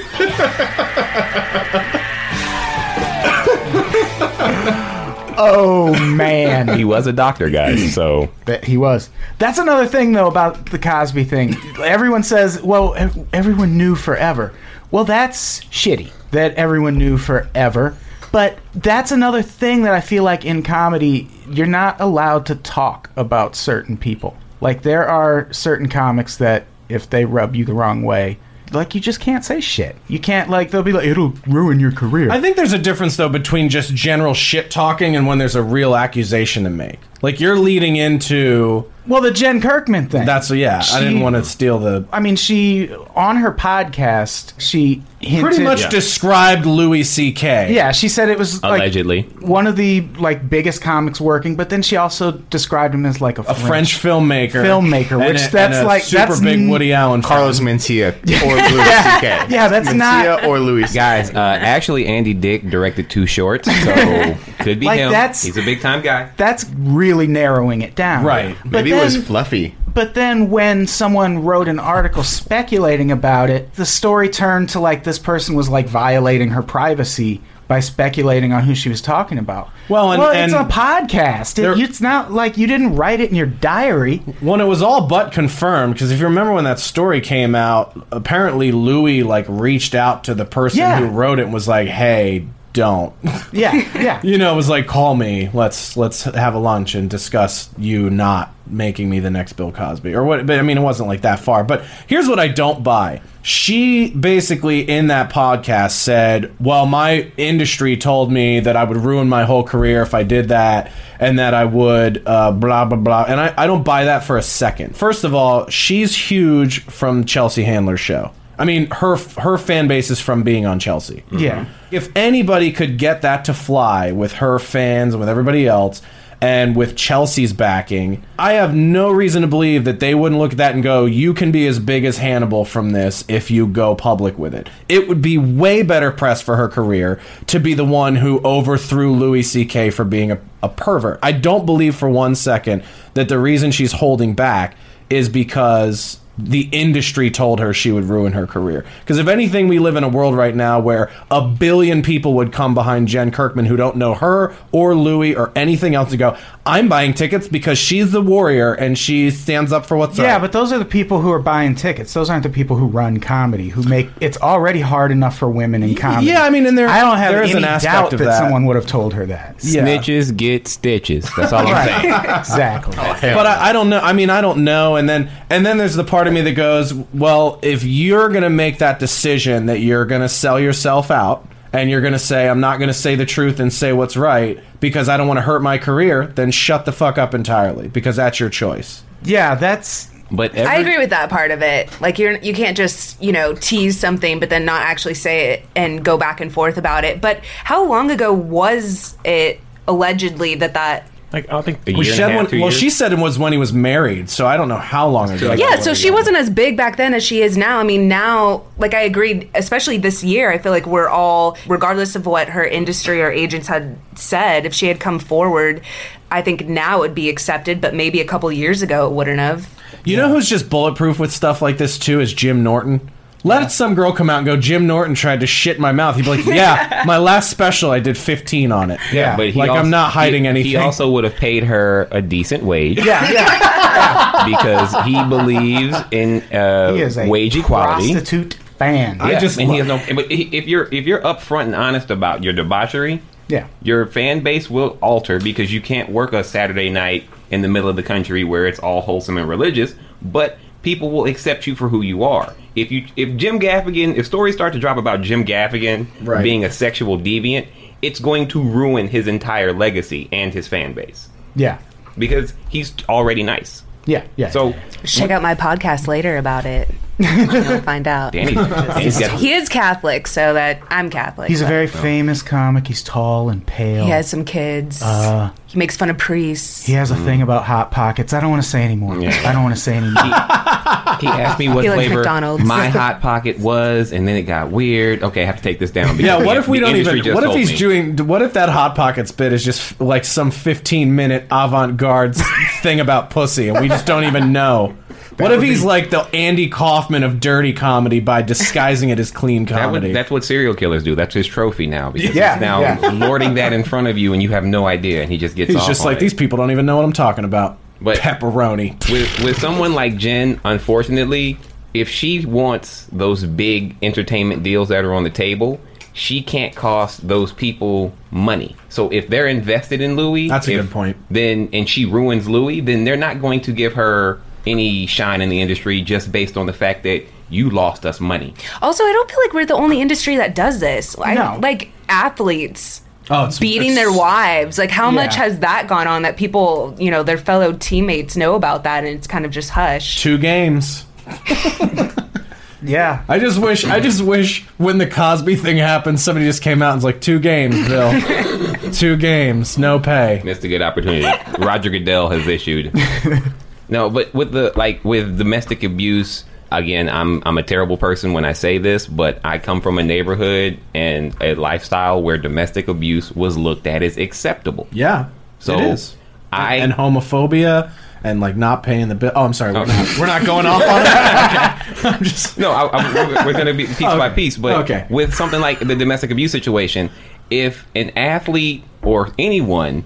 Speaker 1: Oh man.
Speaker 4: He was a doctor,
Speaker 2: Hmm.
Speaker 4: guys. So
Speaker 1: That he was. That's another thing, though, about the Cosby thing. Everyone says, well, ev- everyone knew forever. Well, that's shitty that everyone knew forever. But that's another thing that I feel like in comedy, you're not allowed to talk about certain people. Like, there are certain comics that if they rub you the wrong way, like, you just can't say shit. You can't, like, they'll be like, it'll ruin your career.
Speaker 2: I think there's a difference though between just general shit talking and when there's a real accusation to make. Like you're leading into
Speaker 1: well, the Jen Kirkman thing.
Speaker 2: that's yeah. I didn't
Speaker 1: She-
Speaker 2: want to steal the.
Speaker 1: I mean, she, on her podcast, she hinted.
Speaker 2: Pretty much described Louis C.K.
Speaker 1: Yeah, she said it was like,
Speaker 4: Allegedly.
Speaker 1: one of the like biggest comics working, but then she also described him as like a,
Speaker 2: a French filmmaker,
Speaker 1: Filmmaker,
Speaker 2: and
Speaker 1: which
Speaker 2: a-
Speaker 1: that's
Speaker 2: and a
Speaker 1: like-
Speaker 2: super
Speaker 1: that's
Speaker 2: big
Speaker 1: n-
Speaker 2: Woody Allen.
Speaker 6: Carlos
Speaker 2: film.
Speaker 6: Mencia or Louis C.K.
Speaker 1: Yeah, that's
Speaker 6: Mencia
Speaker 1: not-
Speaker 6: or Louis.
Speaker 4: guys, uh, actually, Andy Dick directed two shorts, so could be
Speaker 1: Like,
Speaker 4: him.
Speaker 1: that's-
Speaker 4: He's a big time guy.
Speaker 1: That's really narrowing it down,
Speaker 2: Right.
Speaker 1: But
Speaker 6: maybe
Speaker 1: then,
Speaker 6: it was Fluffy.
Speaker 1: But then when someone wrote an article speculating about it, the story turned to like this person was like violating her privacy by speculating on who she was talking about.
Speaker 2: Well, and-
Speaker 1: it's a
Speaker 2: and-
Speaker 1: podcast. It-
Speaker 2: There-
Speaker 1: it's not like you didn't write it in your diary.
Speaker 2: When it was all but confirmed, because if you remember when that story came out, apparently Louis like reached out to the person
Speaker 1: Yeah.
Speaker 2: who wrote it and was like, "Hey, don't."
Speaker 1: Yeah, yeah.
Speaker 2: you know, it was like, "Call me. Let's let's have a lunch and discuss you not making me the next Bill Cosby or what." But I mean, it wasn't like that far. But here's what I don't buy. She basically in that podcast said, "Well, my industry told me that I would ruin my whole career if I did that, and that I would uh, blah blah blah." And I, I don't buy that for a second. First of all, she's huge from Chelsea Handler's show. I mean, her her fan base is from being on Chelsea.
Speaker 1: Yeah.
Speaker 2: If anybody could get that to fly with her fans and with everybody else and with Chelsea's backing, I have no reason to believe that they wouldn't look at that and go, you can be as big as Hannibal from this if you go public with it. It would be way better press for her career to be the one who overthrew Louis C.K. for being a, a pervert. I don't believe for one second that the reason she's holding back is because the industry told her she would ruin her career. Because if anything, we live in a world right now where a billion people would come behind Jen Kirkman who don't know her or Louis or anything else to go, I'm buying tickets because she's the warrior and she stands up for what's
Speaker 1: Yeah,
Speaker 2: right.
Speaker 1: but those are the people who are buying tickets. Those aren't the people who run comedy, who make it's already hard enough for women in comedy.
Speaker 2: yeah, I mean, and there-
Speaker 1: I don't have
Speaker 2: there is
Speaker 1: any
Speaker 2: an aspect
Speaker 1: doubt
Speaker 2: of
Speaker 1: that,
Speaker 2: that.
Speaker 1: someone would have told her that.
Speaker 2: Yeah.
Speaker 4: Snitches get stitches. That's all I'm saying.
Speaker 1: Right. exactly.
Speaker 2: but I, I don't know. I mean, I don't know. And then and then there's the part of me that goes, well, if you're going to make that decision that you're going to sell yourself out and you're going to say I'm not going to say the truth and say what's right because I don't want to hurt my career, then shut the fuck up entirely because that's your choice.
Speaker 1: Yeah, that's
Speaker 4: But every,
Speaker 5: I agree with that part of it. Like you're you can't just, you know, tease something but then not actually say it and go back and forth about it. But how long ago was it allegedly that that
Speaker 7: Like, I don't think
Speaker 4: A
Speaker 2: Well,
Speaker 4: year and
Speaker 2: she,
Speaker 4: a
Speaker 2: had
Speaker 4: half,
Speaker 2: one,
Speaker 4: two
Speaker 2: well
Speaker 4: years.
Speaker 2: she said it was when he was married, so I don't know how long ago.
Speaker 5: Yeah, so she wasn't as big back then as she is now. I mean, now, like I agreed, especially this year, I feel like we're all, regardless of what her industry or agents had said, if she had come forward, I think now it would be accepted, but maybe a couple years ago it wouldn't have.
Speaker 2: You know who's just bulletproof with stuff like this too is Jim Norton. Let some girl come out and go, Jim Norton tried to shit in my mouth. He'd be like, Yeah, my last special I did fifteen on it.
Speaker 4: Yeah, but he
Speaker 2: like
Speaker 4: also-
Speaker 2: I'm not hiding
Speaker 4: he,
Speaker 2: anything.
Speaker 4: He also would have paid her a decent wage. Yeah, because he believes in uh,
Speaker 1: he is a
Speaker 4: wage equality.
Speaker 1: prostitute fan.
Speaker 4: Yeah,
Speaker 2: just
Speaker 4: and he has
Speaker 2: love-
Speaker 4: no. But he- if you're if you're upfront and honest about your debauchery,
Speaker 1: Yeah.
Speaker 4: your fan base will alter because you can't work a Saturday night in the middle of the country where it's all wholesome and religious, but people will accept you for who you are. If you if Jim Gaffigan, if stories start to drop about Jim Gaffigan
Speaker 2: Right.
Speaker 4: being a sexual deviant, it's going to ruin his entire legacy and his fan base
Speaker 1: Yeah.
Speaker 4: because he's already nice.
Speaker 1: Yeah. Yeah.
Speaker 4: So
Speaker 5: Check out my podcast later about it. You'll find out.
Speaker 4: Danny, Danny's got-
Speaker 5: He is Catholic, so that I'm Catholic.
Speaker 1: he's a
Speaker 5: but
Speaker 1: very famous comic. He's tall and pale.
Speaker 5: He has some kids.
Speaker 1: Uh,
Speaker 5: he makes fun of priests.
Speaker 1: he has
Speaker 4: Mm-hmm.
Speaker 1: a thing about hot pockets. I don't want to say anymore. I don't want to say anymore.
Speaker 4: he asked me what
Speaker 5: He likes
Speaker 4: flavor
Speaker 5: McDonald's.
Speaker 4: my hot pocket was, and then it got weird. Okay, I have to take this down.
Speaker 2: Yeah,
Speaker 4: because
Speaker 2: what
Speaker 4: the-
Speaker 2: if we
Speaker 4: the
Speaker 2: don't
Speaker 4: industry
Speaker 2: even?
Speaker 4: just
Speaker 2: What if
Speaker 4: told
Speaker 2: he's
Speaker 4: me.
Speaker 2: doing? What if that hot pockets bit is just like some fifteen minute avant garde thing about pussy, and we just don't even know? what
Speaker 1: That
Speaker 2: if
Speaker 1: would
Speaker 2: he's
Speaker 1: be-
Speaker 2: like the Andy Kaufman of dirty comedy by disguising it as clean
Speaker 4: That would,
Speaker 2: comedy?
Speaker 4: that's what serial killers do. That's his trophy now because
Speaker 1: Yeah,
Speaker 4: he's now
Speaker 1: yeah.
Speaker 4: lording that in front of you, and you have no idea, and he just gets.
Speaker 2: he's
Speaker 4: off
Speaker 2: just
Speaker 4: on
Speaker 2: like
Speaker 4: it.
Speaker 2: these people don't even know what I'm talking about.
Speaker 4: But-
Speaker 2: Pepperoni.
Speaker 4: with with someone like Jen, unfortunately, if she wants those big entertainment deals that are on the table, she can't cost those people money. So if they're invested in Louis,
Speaker 2: That's a
Speaker 4: if-
Speaker 2: good point.
Speaker 4: Then and she ruins Louis, then they're not going to give her any shine in the industry just based on the fact that you lost us money.
Speaker 5: Also, I don't feel like we're the only industry that does this. I,
Speaker 1: No.
Speaker 5: Like athletes
Speaker 2: Oh, it's,
Speaker 5: beating
Speaker 2: it's-
Speaker 5: their wives. Like how much
Speaker 1: Yeah.
Speaker 5: has that gone on that people, you know, their fellow teammates know about that and it's kind of just hush.
Speaker 2: two games.
Speaker 1: Yeah.
Speaker 2: I just wish. I just wish when the Cosby thing happened, somebody just came out and was like, two games, Bill, two games, no pay.
Speaker 4: Missed a good opportunity. Roger Goodell has issued. No, but with the like with domestic abuse, again, I'm I'm a terrible person when I say this, but I come from a neighborhood and a lifestyle where domestic abuse was looked at as acceptable.
Speaker 2: Yeah,
Speaker 4: So
Speaker 2: it is.
Speaker 4: I
Speaker 2: and homophobia and like not paying the bill. Oh, I'm sorry. We're,
Speaker 4: Oh.
Speaker 2: not, we're not going off on that. I'm just.
Speaker 4: No, I, I, we're- we're going to be piece by piece, but
Speaker 2: Okay.
Speaker 4: with something like the domestic abuse situation, if an athlete or anyone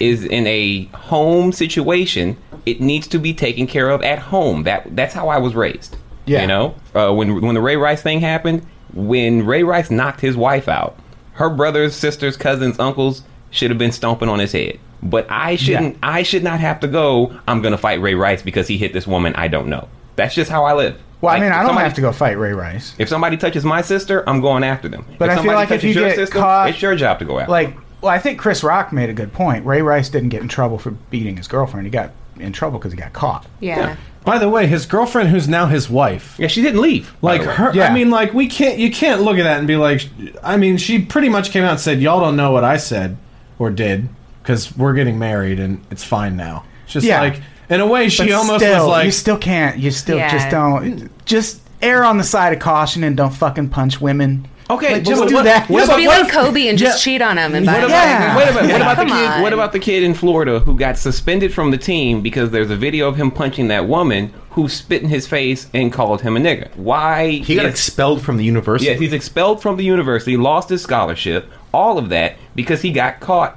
Speaker 4: is in a home situation, it needs to be taken care of at home. That that's how I was raised.
Speaker 1: Yeah.
Speaker 4: you know, uh, when when the Ray Rice thing happened, when Ray Rice knocked his wife out, her brothers, sisters, cousins, uncles should have been stomping on his head. But I shouldn't. I should not have to go. I'm going to fight Ray Rice because he hit this woman I don't know. That's just how I live.
Speaker 1: Well, I
Speaker 4: Like,
Speaker 1: mean, I don't
Speaker 4: somebody-
Speaker 1: have to go fight Ray Rice.
Speaker 4: if somebody touches my sister, I'm going after them.
Speaker 1: But
Speaker 4: if
Speaker 1: I feel
Speaker 4: somebody
Speaker 1: like if
Speaker 4: touches
Speaker 1: you
Speaker 4: your
Speaker 1: get
Speaker 4: sister,
Speaker 1: caught-
Speaker 4: it's your job to go after.
Speaker 1: Like, well, I think Chris Rock made a good point. Ray Rice didn't get in trouble for beating his girlfriend. He got in trouble because he got caught.
Speaker 5: Yeah.
Speaker 2: By the way, his girlfriend, who's now his wife,
Speaker 4: yeah, she didn't leave. by
Speaker 2: like
Speaker 4: the way.
Speaker 2: her. I
Speaker 1: Yeah.
Speaker 2: mean, like we can't. You can't look at that and be like. I mean, she pretty much came out and said, "Y'all don't know what I said or did because we're getting married and it's fine now." It's just
Speaker 1: Yeah.
Speaker 2: like in a way, she
Speaker 1: But
Speaker 2: almost
Speaker 1: still,
Speaker 2: was like,
Speaker 1: you still can't. You still
Speaker 5: Yeah.
Speaker 1: just don't. Just err on the side of caution and don't fucking punch women.
Speaker 4: Okay,
Speaker 1: Like,
Speaker 4: but
Speaker 1: just
Speaker 4: what-
Speaker 1: do
Speaker 4: what-
Speaker 1: that.
Speaker 4: what
Speaker 5: Just
Speaker 4: about-
Speaker 5: be like Kobe and just
Speaker 2: Yeah.
Speaker 5: cheat on him and
Speaker 2: What
Speaker 5: buy
Speaker 2: about-
Speaker 1: Yeah.
Speaker 4: Wait a minute. What about the
Speaker 5: Come
Speaker 4: kid?
Speaker 5: on.
Speaker 4: What about the kid in Florida who got suspended from the team because there's a video of him punching that woman who spit in his face and called him a nigga? Why?
Speaker 6: He got
Speaker 4: is-
Speaker 6: expelled from the university.
Speaker 4: Yeah, he's expelled from the university, lost his scholarship, all of that because he got caught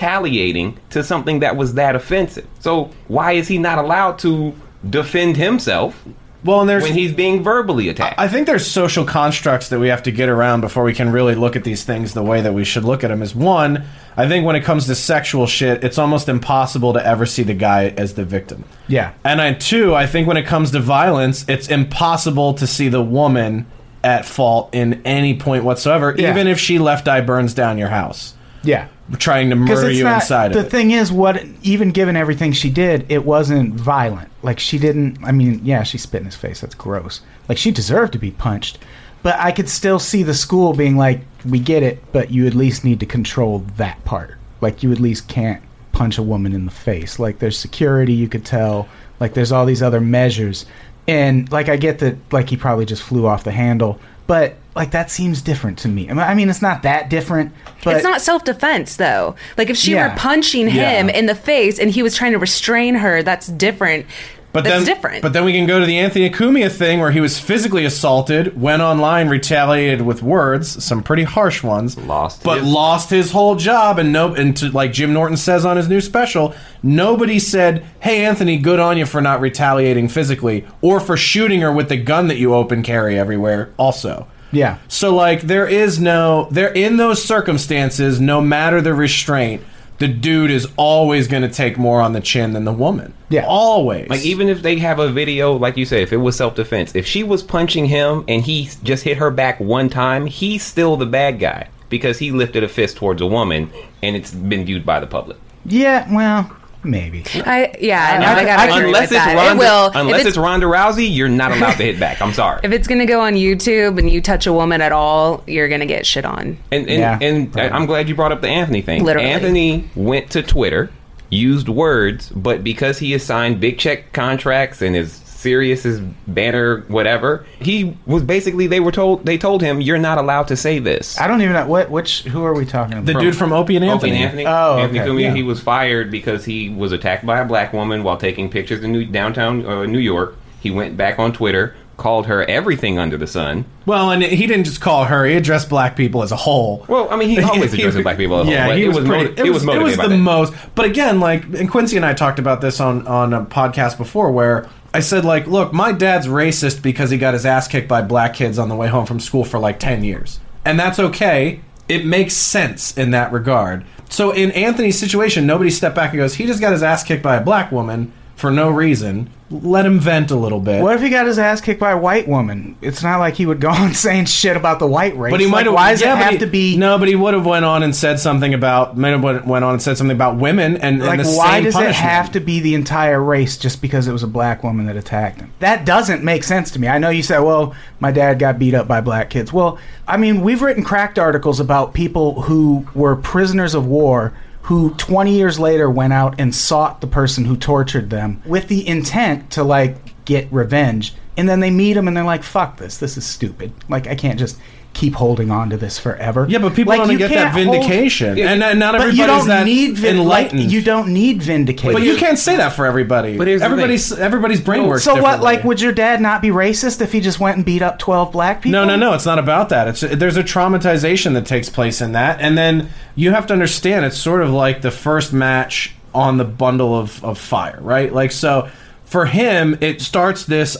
Speaker 4: retaliating to something that was that offensive. So why is he not allowed to defend himself
Speaker 2: well, and there's
Speaker 4: when he's being verbally attacked?
Speaker 2: I think there's social constructs that we have to get around before we can really look at these things the way that we should look at them. Is one, I think when it comes to sexual shit, it's almost impossible to ever see the guy as the victim.
Speaker 1: Yeah.
Speaker 2: And I two, I think when it comes to violence, it's impossible to see the woman at fault in any point whatsoever,
Speaker 1: Yeah.
Speaker 2: even if she left eye burns down your house,
Speaker 1: Yeah.
Speaker 2: trying to murder
Speaker 1: it's
Speaker 2: you
Speaker 1: not-
Speaker 2: inside
Speaker 1: the
Speaker 2: of it.
Speaker 1: thing is, what even given everything she did, it wasn't violent. Like she didn't. I mean, yeah, she spit in his face. That's gross. Like she deserved to be punched, but I could still see the school being like, "We get it, but you at least need to control that part. Like you at least can't punch a woman in the face. Like there's security. You could tell. Like there's all these other measures, and like I get that. Like he probably just flew off the handle, but. Like that seems different to me. I mean- I mean, it's not that different, but
Speaker 5: it's not self defense though. Like if she
Speaker 1: Yeah.
Speaker 5: were punching him
Speaker 2: Yeah.
Speaker 5: in the face and he was trying to restrain her, that's different.
Speaker 2: But
Speaker 5: that's
Speaker 2: then,
Speaker 5: different.
Speaker 2: But then we can go to the Anthony Acumia thing where he was physically assaulted, went online, retaliated with words, some pretty harsh ones.
Speaker 4: Lost
Speaker 2: but
Speaker 4: his-
Speaker 2: lost his whole job, and no, and to, like Jim Norton says on his new special, nobody said, "Hey, Anthony, good on you for not retaliating physically, or for shooting her with the gun that you open carry everywhere." Also,
Speaker 1: Yeah.
Speaker 2: so like there is no there in those circumstances, no matter the restraint, the dude is always going to take more on the chin than the woman.
Speaker 1: Yeah.
Speaker 2: always.
Speaker 4: Like even if they have a video, like you said, if it was self defense, if she was punching him and he just hit her back one time, he's still the bad guy because he lifted a fist towards a woman and it's been viewed by the public.
Speaker 1: Yeah, well, maybe.
Speaker 5: I yeah, no, I,
Speaker 1: I-
Speaker 5: gotta
Speaker 1: I-
Speaker 5: agree
Speaker 4: unless
Speaker 5: with
Speaker 4: it's
Speaker 5: that.
Speaker 4: Ronda,
Speaker 5: it will.
Speaker 4: unless
Speaker 5: if
Speaker 4: it's, Ronda Rousey, you're not allowed to hit back. I'm sorry.
Speaker 5: if it's gonna go on YouTube and you touch a woman at all, you're gonna get shit on.
Speaker 4: And and,
Speaker 1: Yeah,
Speaker 4: and I- I'm glad you brought up the Anthony thing.
Speaker 5: Literally.
Speaker 4: Anthony went to Twitter, used words, but because he has signed big check contracts and is serious as banner whatever, he was basically they were told they told him you're not allowed to say this.
Speaker 1: I don't even know what which who are we talking about?
Speaker 2: the dude from Opie and Anthony.
Speaker 4: Anthony, Anthony,
Speaker 1: Oh,
Speaker 4: Anthony
Speaker 1: okay,
Speaker 4: Cumia,
Speaker 1: yeah.
Speaker 4: he was fired because he was attacked by a black woman while taking pictures in New, downtown uh, New York. He went back on Twitter, called her everything under the sun.
Speaker 2: Well, and he didn't just call her; he addressed black people as a whole.
Speaker 4: Well, I mean, he always addresses black people as a whole,
Speaker 2: Yeah,
Speaker 4: but
Speaker 2: he
Speaker 4: it
Speaker 2: was,
Speaker 4: was
Speaker 2: pretty,
Speaker 4: moti- it was
Speaker 2: it was
Speaker 4: motivated by
Speaker 2: the
Speaker 4: that.
Speaker 2: most. But again, like, and Quincy and I talked about this on on a podcast before, where I said, like, look, my dad's racist because he got his ass kicked by black kids on the way home from school for like ten years, and that's okay. It makes sense in that regard. So in Anthony's situation, nobody stepped back and goes, he just got his ass kicked by a black woman for no reason. Let him vent a little bit.
Speaker 1: What if he got his ass kicked by a white woman? It's not like he would go on saying shit about the white race.
Speaker 2: But he
Speaker 1: Like,
Speaker 2: might have.
Speaker 1: Why does
Speaker 2: yeah,
Speaker 1: it
Speaker 2: but
Speaker 1: have
Speaker 2: he-
Speaker 1: to be?
Speaker 2: No, but he would have went on and said something about. Might have went went on and said something about women and,
Speaker 1: Like,
Speaker 2: and the
Speaker 1: why
Speaker 2: same
Speaker 1: does it
Speaker 2: punishment.
Speaker 1: have to be the entire race just because it was a black woman that attacked him? That doesn't make sense to me. I know you said, well, my dad got beat up by black kids. Well, I mean, we've written cracked articles about people who were prisoners of war who 20 years later went out and sought the person who tortured them with the intent to, like, get revenge. And then they meet him and they're like, fuck this. This is stupid. Like, I can't just keep holding on to this forever.
Speaker 2: Yeah, but people
Speaker 1: Like,
Speaker 2: don't
Speaker 1: you
Speaker 2: get that
Speaker 1: can't hold-
Speaker 2: vindication, and, and not
Speaker 1: but
Speaker 2: everybody's
Speaker 1: you don't
Speaker 2: that
Speaker 1: need vin- like,
Speaker 2: enlightened.
Speaker 1: you don't need vindication.
Speaker 2: but you can't say that for everybody. But
Speaker 4: here's the thing.
Speaker 2: everybody's everybody's brain works.
Speaker 1: So what?
Speaker 2: differently.
Speaker 1: Like, would your dad not be racist if he just went and beat up twelve black people?
Speaker 2: No, no, no. It's not about that. It's there's a traumatization that takes place in that, and then you have to understand it's sort of like the first match on the bundle of of fire, right? Like so. For him, it starts this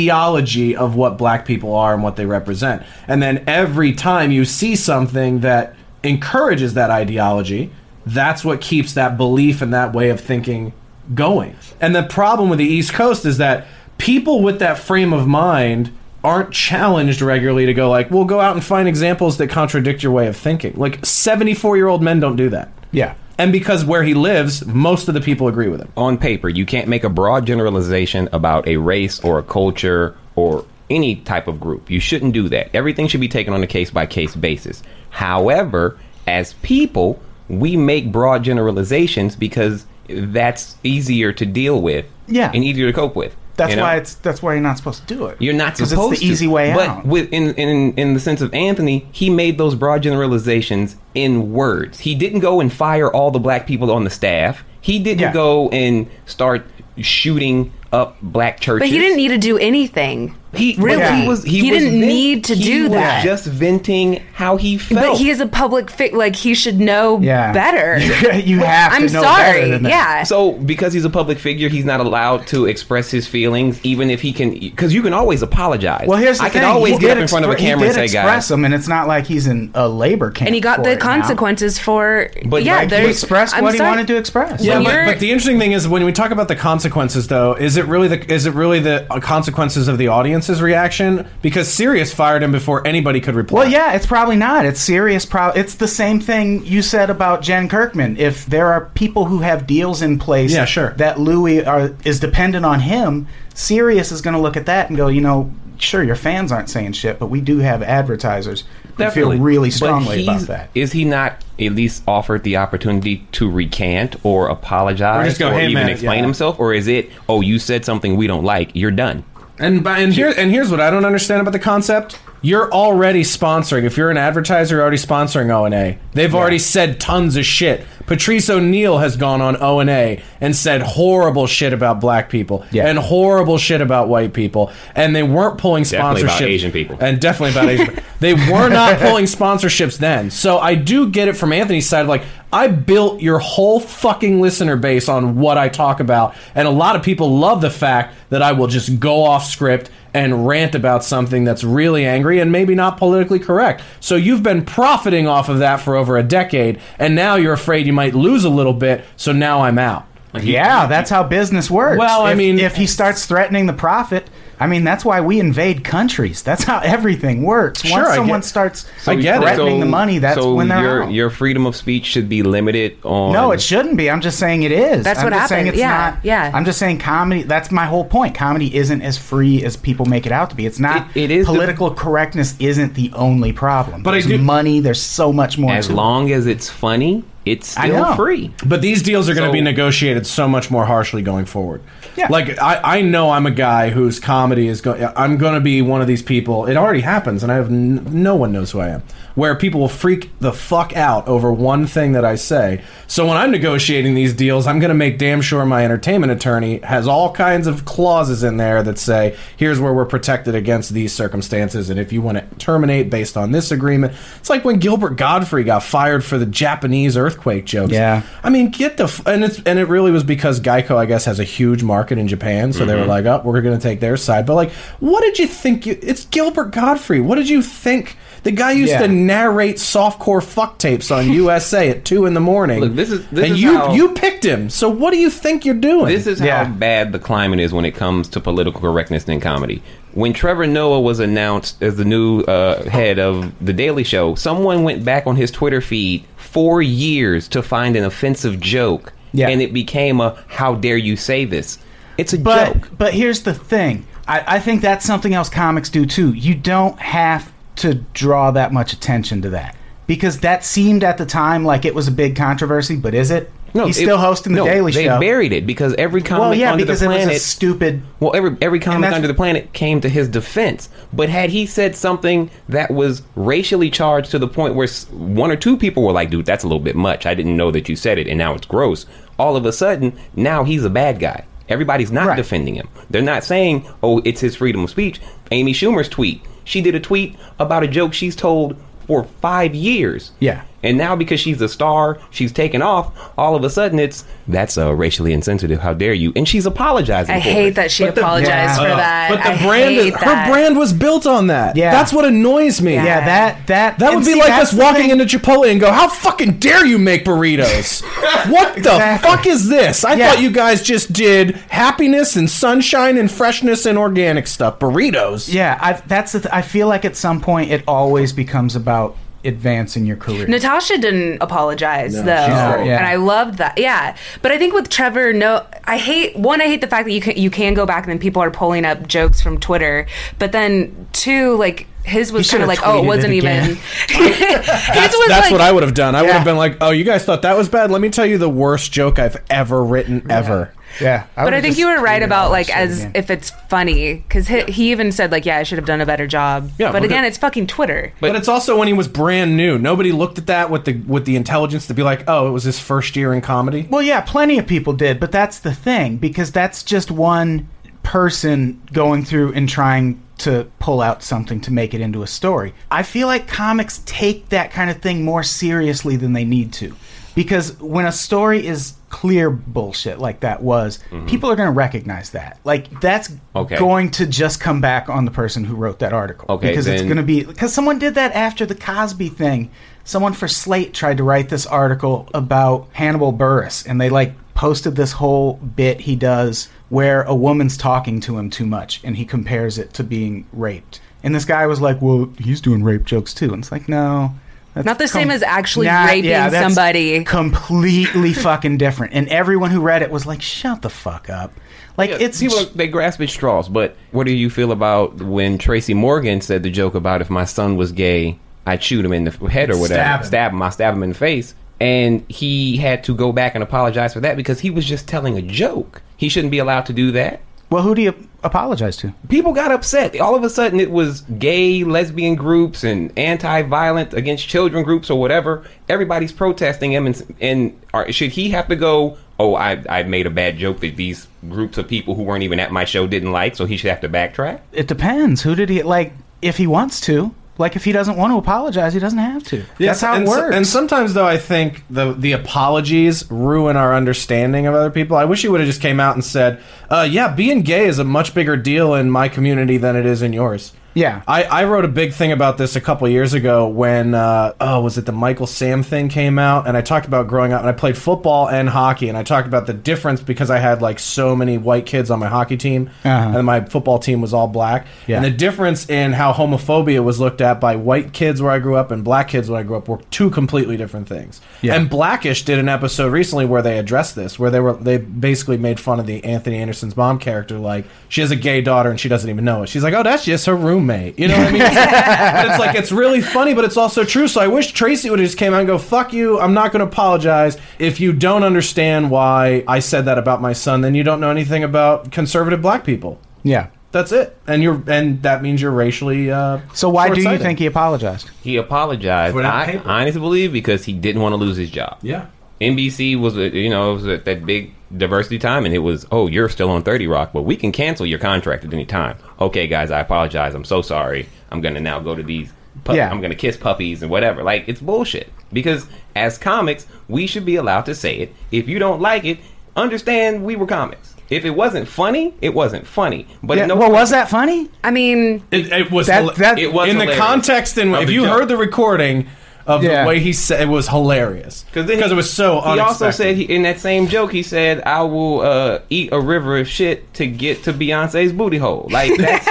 Speaker 2: ideology of what black people are and what they represent. And then every time you see something that encourages that ideology, that's what keeps that belief and that way of thinking going. And the problem with the East Coast is that people with that frame of mind aren't challenged regularly to go like, "Well, go out and find examples that contradict your way of thinking." Like 74-year-old men don't do that.
Speaker 1: Yeah.
Speaker 2: And because where he lives, most of the people agree with him.
Speaker 4: on paper, you can't make a broad generalization about a race or a culture or any type of group. You shouldn't do that. Everything should be taken on a case by case basis. However, as people, we make broad generalizations because that's easier to deal with
Speaker 1: Yeah.
Speaker 4: and easier to cope with.
Speaker 1: That's
Speaker 4: you know?
Speaker 1: why it's. That's why you're not supposed to do it.
Speaker 4: You're not
Speaker 1: 'Cause
Speaker 4: supposed
Speaker 1: It's the easy
Speaker 4: to.
Speaker 1: way
Speaker 4: but
Speaker 1: out.
Speaker 4: with in, in in the sense of Anthony, he made those broad generalizations in words. He didn't go and fire all the black people on the staff. He didn't
Speaker 1: Yeah.
Speaker 4: go and start shooting up black churches.
Speaker 5: But he didn't need to do anything.
Speaker 4: He but
Speaker 5: really
Speaker 4: he was. He, was
Speaker 5: didn't
Speaker 4: vent-
Speaker 5: need to
Speaker 4: he
Speaker 5: do
Speaker 4: was
Speaker 5: that.
Speaker 4: Just venting how he felt.
Speaker 5: but he is a public fig. Like he should know
Speaker 1: Yeah.
Speaker 5: better.
Speaker 1: you have.
Speaker 5: I'm
Speaker 1: to know
Speaker 5: sorry.
Speaker 1: better than that.
Speaker 5: yeah.
Speaker 4: So, because he's a public figure, he's not allowed to express his feelings, even if he can. Because you can always apologize.
Speaker 1: Well, here's the
Speaker 4: I
Speaker 1: thing.
Speaker 4: can always
Speaker 1: he
Speaker 4: get
Speaker 1: did
Speaker 4: up in front of a
Speaker 1: expre- he
Speaker 4: camera
Speaker 1: did
Speaker 4: and say,
Speaker 1: express
Speaker 4: "Guys,
Speaker 1: him," and it's not like he's in a labor camp.
Speaker 5: and he
Speaker 1: for
Speaker 5: got
Speaker 1: it
Speaker 5: the
Speaker 1: now.
Speaker 5: consequences for.
Speaker 4: But
Speaker 5: yeah,
Speaker 4: like, he
Speaker 5: there-
Speaker 1: He expressed
Speaker 5: I'm
Speaker 1: what he
Speaker 5: sorry.
Speaker 1: wanted to express.
Speaker 5: Yeah,
Speaker 2: Yeah,
Speaker 5: When
Speaker 2: but,
Speaker 5: you're-
Speaker 2: but the interesting thing is when we talk about the consequences, though, is it really the is it really the uh, consequences of the audience's reaction? Because Sirius fired him before anybody could reply.
Speaker 1: Well, yeah, it's probably not. It's serious. Pro- it's the same thing you said about Jen Kirkman. If there are people who have deals in place,
Speaker 2: Yeah, sure.
Speaker 1: that Louis are, is dependent on him, Sirius is going to look at that and go, you know, sure, your fans aren't saying shit, but we do have advertisers who
Speaker 4: Definitely.
Speaker 1: feel really
Speaker 4: But
Speaker 1: strongly about
Speaker 4: he's-
Speaker 1: that.
Speaker 4: Is he not at least offered the opportunity to recant or apologize
Speaker 2: Or just go,
Speaker 4: or
Speaker 2: "Hey,
Speaker 4: even
Speaker 2: man,"
Speaker 4: explain
Speaker 2: yeah.
Speaker 4: himself? Or is it, oh, you said something we don't like, you're done?
Speaker 2: And by, and here and here's what I don't understand about the concept. You're already sponsoring. If you're an advertiser, you're already sponsoring O and A. They've already said tons of shit. Patrice O'Neill has gone on O and A and said horrible shit about black people
Speaker 1: Yeah.
Speaker 2: and horrible shit about white people. And they weren't pulling
Speaker 4: Definitely about
Speaker 2: sponsorships.
Speaker 4: Asian people.
Speaker 2: And definitely about Asian people. They were not pulling sponsorships then. So I do get it from Anthony's side. Like, I built your whole fucking listener base on what I talk about. And a lot of people love the fact that I will just go off script and rant about something that's really angry and maybe not politically correct. So you've been profiting off of that for over a decade. And now you're afraid you might lose a little bit. So now I'm out.
Speaker 1: Yeah, that's how business works.
Speaker 2: Well, I
Speaker 1: If-
Speaker 2: mean-
Speaker 1: if he starts threatening the profit, I mean, that's why we invade countries. That's how everything works.
Speaker 2: Sure,
Speaker 1: Once
Speaker 2: I get-
Speaker 1: someone starts
Speaker 2: I get it.
Speaker 1: threatening the
Speaker 4: So-
Speaker 1: money, that's
Speaker 4: so
Speaker 1: when they're
Speaker 4: your,
Speaker 1: out.
Speaker 4: your freedom of speech should be limited on.
Speaker 1: No, it shouldn't be. I'm just saying it is.
Speaker 5: That's
Speaker 1: I'm
Speaker 5: what
Speaker 1: just Saying
Speaker 5: happened.
Speaker 1: it's
Speaker 5: Yeah,
Speaker 1: not,
Speaker 5: yeah.
Speaker 1: I'm just saying comedy. That's my whole point. Comedy isn't as free as people make it out to be. It's not.
Speaker 4: It- it is the-
Speaker 1: political correctness isn't the only problem.
Speaker 2: But I
Speaker 1: there's
Speaker 2: do-
Speaker 1: money. There's so much more.
Speaker 4: As
Speaker 1: to it.
Speaker 4: long as it's funny, it's
Speaker 1: I
Speaker 4: still
Speaker 1: know.
Speaker 4: free.
Speaker 2: But these deals are going to
Speaker 4: So-
Speaker 2: be negotiated so much more harshly going forward.
Speaker 1: Yeah.
Speaker 2: Like I, I know I'm a guy whose comedy is going. I'm going to be one of these people. It already happens, and I have n- no one knows who I am. Where people will freak the fuck out over one thing that I say. So when I'm negotiating these deals, I'm going to make damn sure my entertainment attorney has all kinds of clauses in there that say, "Here's where we're protected against these circumstances, and if you want to terminate based on this agreement, it's like when Gilbert Godfrey got fired for the Japanese earthquake jokes.
Speaker 1: Yeah.
Speaker 2: I mean, get the f- and it's and it really was because Geico, I guess, has a huge market in Japan, so they
Speaker 4: Mm-hmm.
Speaker 2: were like, "Oh, we're going to take their side." But like, what did you think? You, it's Gilbert Godfrey. What did you think? The guy used
Speaker 3: Yeah.
Speaker 2: to narrate softcore fuck tapes on USA at two in the morning.
Speaker 4: Look, this is- this
Speaker 2: and
Speaker 4: is
Speaker 2: you
Speaker 4: how-
Speaker 2: you picked him. So what do you think you're doing?
Speaker 4: This is
Speaker 1: Yeah.
Speaker 4: how bad the climate is when it comes to political correctness in comedy. When Trevor Noah was announced as the new uh, head of The Daily Show, someone went back on his Twitter feed four years to find an offensive joke,
Speaker 1: Yeah.
Speaker 4: and it became a "How dare you say this?" It's a
Speaker 1: But
Speaker 4: joke.
Speaker 1: but here's the thing. I, I think that's something else comics do too. You don't have to draw that much attention to that because that seemed at the time like it was a big controversy. But is it? he's
Speaker 4: it-
Speaker 1: still hosting the
Speaker 4: no,
Speaker 1: Daily
Speaker 4: they
Speaker 1: Show.
Speaker 4: buried it because every comic
Speaker 1: well, yeah,
Speaker 4: under
Speaker 1: because
Speaker 4: the
Speaker 1: it
Speaker 4: planet
Speaker 1: was a stupid.
Speaker 4: Well, every every comic
Speaker 1: that's-
Speaker 4: under the planet came to his defense, but had he said something that was racially charged to the point where s- one or two people were like, "Dude, that's a little bit much. I didn't know that you said it, and now it's gross." All of a sudden, now he's a bad guy. Everybody's not
Speaker 1: Right.
Speaker 4: defending him. They're not saying, "Oh, it's his freedom of speech." Amy Schumer's tweet. She did a tweet about a joke she's told for five years.
Speaker 1: Yeah.
Speaker 4: And now because she's a star, she's taken off. All of a sudden, it's that's uh, racially insensitive. How dare you? And she's apologizing.
Speaker 5: I
Speaker 4: for
Speaker 5: hate
Speaker 4: it.
Speaker 5: that she
Speaker 2: But the-
Speaker 5: apologized
Speaker 1: Yeah.
Speaker 5: for
Speaker 2: Uh,
Speaker 5: that.
Speaker 2: But the
Speaker 5: I
Speaker 2: brand
Speaker 5: hate
Speaker 2: is,
Speaker 5: that.
Speaker 2: her brand was built on that.
Speaker 1: Yeah.
Speaker 2: That's what annoys me.
Speaker 1: Yeah, that that
Speaker 2: That
Speaker 1: and
Speaker 2: would be
Speaker 1: see,
Speaker 2: like
Speaker 1: that's
Speaker 2: us
Speaker 1: the
Speaker 2: walking
Speaker 1: thing.
Speaker 2: into Chipotle and go, "How fucking dare you make burritos? what the
Speaker 1: Exactly.
Speaker 2: fuck is this? I
Speaker 1: Yeah.
Speaker 2: thought you guys just did happiness and sunshine and freshness and organic stuff. Burritos.
Speaker 1: Yeah, I, that's. The th- I feel like at some point it always becomes about advancing your career.
Speaker 5: Natasha didn't apologize though,
Speaker 1: great. Yeah.
Speaker 5: and I loved that. Yeah, but I think with Trevor, no, I hate one. I hate the fact that you can you can go back and then people are pulling up jokes from Twitter, but then two, like his was
Speaker 1: He
Speaker 5: kind of
Speaker 1: should've
Speaker 5: like, oh,
Speaker 1: tweeted
Speaker 5: it
Speaker 1: it
Speaker 5: wasn't
Speaker 1: again.
Speaker 5: even. his was
Speaker 2: That's
Speaker 5: like,
Speaker 2: what I would have done. I would
Speaker 1: Yeah.
Speaker 2: have been like, "Oh, you guys thought that was bad. Let me tell you the worst joke I've ever written ever."
Speaker 1: yeah,
Speaker 5: But I
Speaker 1: would've
Speaker 5: think
Speaker 1: just
Speaker 5: you were right
Speaker 1: tweeted
Speaker 5: about
Speaker 1: all
Speaker 5: like
Speaker 1: that shit
Speaker 5: as
Speaker 1: again.
Speaker 5: if it's funny because he, he even said like, yeah, I should have done a better job.
Speaker 2: Yeah,
Speaker 5: but
Speaker 2: but
Speaker 5: again,
Speaker 2: it-
Speaker 5: it's fucking Twitter.
Speaker 2: But, it's also when he was brand new. Nobody looked at that with the with the intelligence to be like, "Oh, it was his first year in comedy."
Speaker 1: Well, yeah, plenty of people did, but that's the thing because that's just one person going through and trying to pull out something to make it into a story. I feel like comics take that kind of thing more seriously than they need to. Because when a story is clear bullshit like that was, people are going to recognize that. Like that's
Speaker 4: Okay.
Speaker 1: going to just come back on the person who wrote that article
Speaker 4: Okay,
Speaker 1: because it's
Speaker 4: then-
Speaker 1: going to be because someone did that after the Cosby thing. Someone for Slate tried to write this article about Hannibal Burris, and they like posted this whole bit he does where a woman's talking to him too much, and he compares it to being raped. And this guy was like, "Well, he's doing rape jokes too," and it's like, "No." that's
Speaker 5: Not the same as actually raping
Speaker 1: that's
Speaker 5: somebody.
Speaker 1: Completely fucking different. And everyone who read it was like, shut the fuck up. Like,
Speaker 4: Yeah,
Speaker 1: it's.
Speaker 4: people are- they grasp at straws. But what do you feel about when Tracy Morgan said the joke about if my son was gay, I'd shoot him in the head or whatever,
Speaker 3: Stab him.
Speaker 4: stab him, I stab him in the face, and he had to go back and apologize for that because he was just telling a joke. He shouldn't be allowed to do that.
Speaker 1: well, who do you apologize to?
Speaker 4: People got upset. All of a sudden, it was gay, lesbian groups and anti-violent against children groups or whatever. Everybody's protesting him, and, and are, should he have to go? Oh, I, I made a bad joke that these groups of people who weren't even at my show didn't like, so he should have to backtrack.
Speaker 1: it depends. Who did he like? If he wants to, like, if he doesn't want to apologize, he doesn't have to. That's
Speaker 2: Yes,
Speaker 1: how
Speaker 2: and
Speaker 1: it
Speaker 2: so-
Speaker 1: works.
Speaker 2: and sometimes, though, I think the the apologies ruin our understanding of other people. I wish you would have just came out and said, uh, "Yeah, being gay is a much bigger deal in my community than it is in yours."
Speaker 1: Yeah.
Speaker 2: I, I wrote a big thing about this a couple years ago when uh, oh was it the Michael Sam thing came out and I talked about growing up and I played football and hockey and I talked about the difference because I had like so many white kids on my hockey team
Speaker 1: Uh-huh.
Speaker 2: and my football team was all black
Speaker 1: Yeah.
Speaker 2: and the difference in how homophobia was looked at by white kids where I grew up and black kids when I grew up were two completely different things.
Speaker 1: Yeah.
Speaker 2: And Blackish did an episode recently where they addressed this, where they were they basically made fun of the Anthony Anderson's mom character, like she has a gay daughter and she doesn't even know it. She's like, "Oh, that's just her roommate. You know what I mean? but it's like it's really funny, but it's also true. So I wish Tracy would have just came out and go, "Fuck you! I'm not going to apologize. If you don't understand why I said that about my son, then you don't know anything about conservative black people.
Speaker 1: Yeah.
Speaker 2: That's it. And you're and that means you're racially. Uh,
Speaker 1: So why do you
Speaker 2: short-sighted.
Speaker 1: think he apologized?
Speaker 4: He apologized.
Speaker 3: For that
Speaker 4: I
Speaker 3: paper.
Speaker 4: honestly believe because he didn't want to lose his job.
Speaker 3: Yeah.
Speaker 4: NBC was, uh, you know, it was at that big diversity time, and it was, oh, you're still on 30 Rock, but we can cancel your contract at any time. Okay, guys, I apologize. I'm so sorry. I'm going to now go to these. Pu-
Speaker 1: Yeah.
Speaker 4: I'm going to kiss puppies and whatever. Like, it's bullshit. Because as comics, we should be allowed to say it. If you don't like it, understand we were comics. If it wasn't funny, it wasn't funny. But
Speaker 1: Yeah,
Speaker 4: at no
Speaker 1: well,
Speaker 4: point-
Speaker 1: was that funny?
Speaker 5: I mean,
Speaker 2: It, it was
Speaker 1: That-
Speaker 2: hila-
Speaker 1: that-
Speaker 4: It was
Speaker 2: in the
Speaker 4: hilarious.
Speaker 2: context and
Speaker 4: Of
Speaker 2: if
Speaker 4: the
Speaker 2: you
Speaker 4: joke.
Speaker 2: heard the recording of
Speaker 1: Yeah.
Speaker 2: the way he said it was hilarious
Speaker 4: Because then he-
Speaker 2: it was so.
Speaker 4: He also
Speaker 2: unexpected.
Speaker 4: said he, in that same joke, he said, "I will uh, eat a river of shit to get to Beyonce's booty hole." Like that's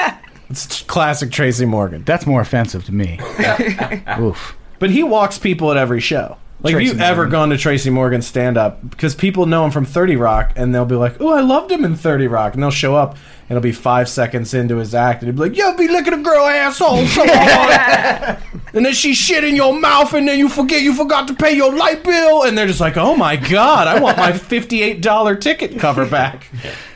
Speaker 2: it's classic Tracy Morgan.
Speaker 1: That's more offensive to me. Oof.
Speaker 2: But he walks people at every show. Like,
Speaker 1: Tracy
Speaker 2: if you've ever
Speaker 1: Morgan.
Speaker 2: gone to Tracy Morgan's stand up, because people know him from 30 Rock, and they'll be like, Oh, I loved him in 30 Rock. And they'll show up, and it'll be five seconds into his act, and he'll be like, Yo, be looking at a girl asshole so hard. and then she shit in your mouth, and then you forget you forgot to pay your light bill. And they're just like, Oh my God, I want my $58 ticket cover back.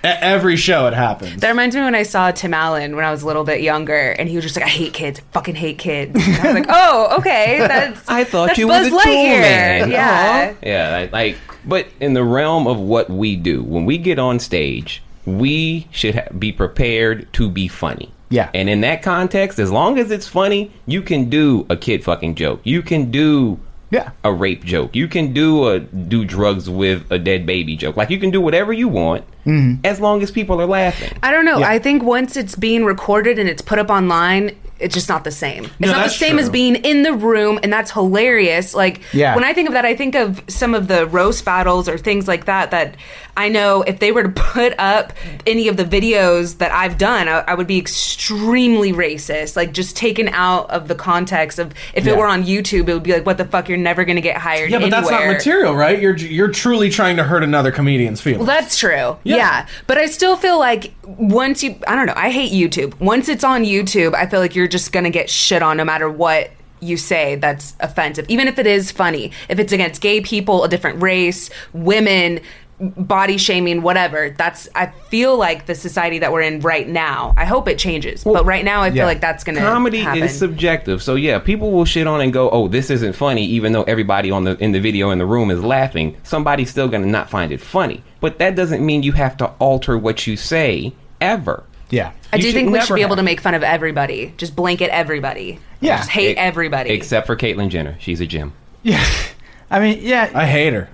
Speaker 2: At every show, it happens.
Speaker 5: that reminds me when I saw Tim Allen when I was a little bit younger, and he was just like, "I hate kids, fucking hate kids." And I was like, "Oh, okay." That's
Speaker 4: I thought
Speaker 5: that's
Speaker 4: you
Speaker 5: Buzz
Speaker 4: were the tool
Speaker 5: Lightyear.
Speaker 4: man.
Speaker 5: Yeah.
Speaker 4: yeah, like, like. But in the realm of what we do, when we get on stage, we should ha- be prepared to be funny.
Speaker 1: Yeah.
Speaker 4: and in that context, as long as it's funny, you can do a kid fucking joke. You can do
Speaker 1: Yeah.
Speaker 4: a rape joke. You can do a do drugs with a dead baby joke. Like you can do whatever you want
Speaker 2: Mm-hmm.
Speaker 4: as long as people are laughing.
Speaker 5: I don't know. I think once it's being recorded and it's put up online, it's just not the same. It's
Speaker 2: No,
Speaker 5: not the
Speaker 2: that's
Speaker 5: same as
Speaker 2: true.
Speaker 5: being in the room, and that's hilarious. Like
Speaker 1: Yeah.
Speaker 5: when I think of that, I think of some of the roast battles or things like that. That I know if they were to put up any of the videos that I've done, I, I would be extremely racist. Like just taken out of the context of if
Speaker 2: Yeah.
Speaker 5: it were on YouTube, it would be like, "What the fuck? You're never going to get hired."
Speaker 2: yeah, but that's not
Speaker 5: anywhere."
Speaker 2: material, right? You're, you're truly trying to hurt another comedian's feelings.
Speaker 5: Well, that's true. Yeah. But I still feel like once you, I don't know, I hate YouTube. Once it's on YouTube, I feel like you're just going to get shit on no matter what you say that's offensive, even if it is funny. If it's against gay people, a different race, women, body shaming, whatever. That's, I feel like the society that we're in right now, I hope it changes. but right now, I feel like that's going to
Speaker 4: Comedy is subjective. So yeah, people will shit on and go, "Oh, this isn't funny," even though everybody on the in the video in the room is laughing. Somebody's still going to not find it funny. But that doesn't mean you have to alter what you say ever.
Speaker 1: Yeah.
Speaker 5: I
Speaker 4: You
Speaker 5: do
Speaker 4: should
Speaker 5: think we should
Speaker 4: never
Speaker 5: be able
Speaker 4: have.
Speaker 5: to make fun of everybody, just blanket everybody.
Speaker 1: Yeah.
Speaker 5: Just hate
Speaker 4: E-
Speaker 5: everybody.
Speaker 4: except for Caitlyn Jenner. She's a gem.
Speaker 1: Yeah. I mean, yeah.
Speaker 2: I hate her.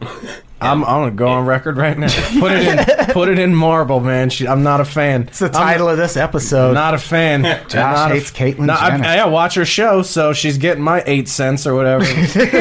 Speaker 2: I'm, I'm gonna go on record right now. Put it in, put it in marble, man. She, I'm not a fan.
Speaker 1: it's the title of this episode.
Speaker 2: I'm not a fan. Josh
Speaker 1: hates Caitlyn Jenner.
Speaker 2: I, I watch her show, so she's getting my eight cents or whatever,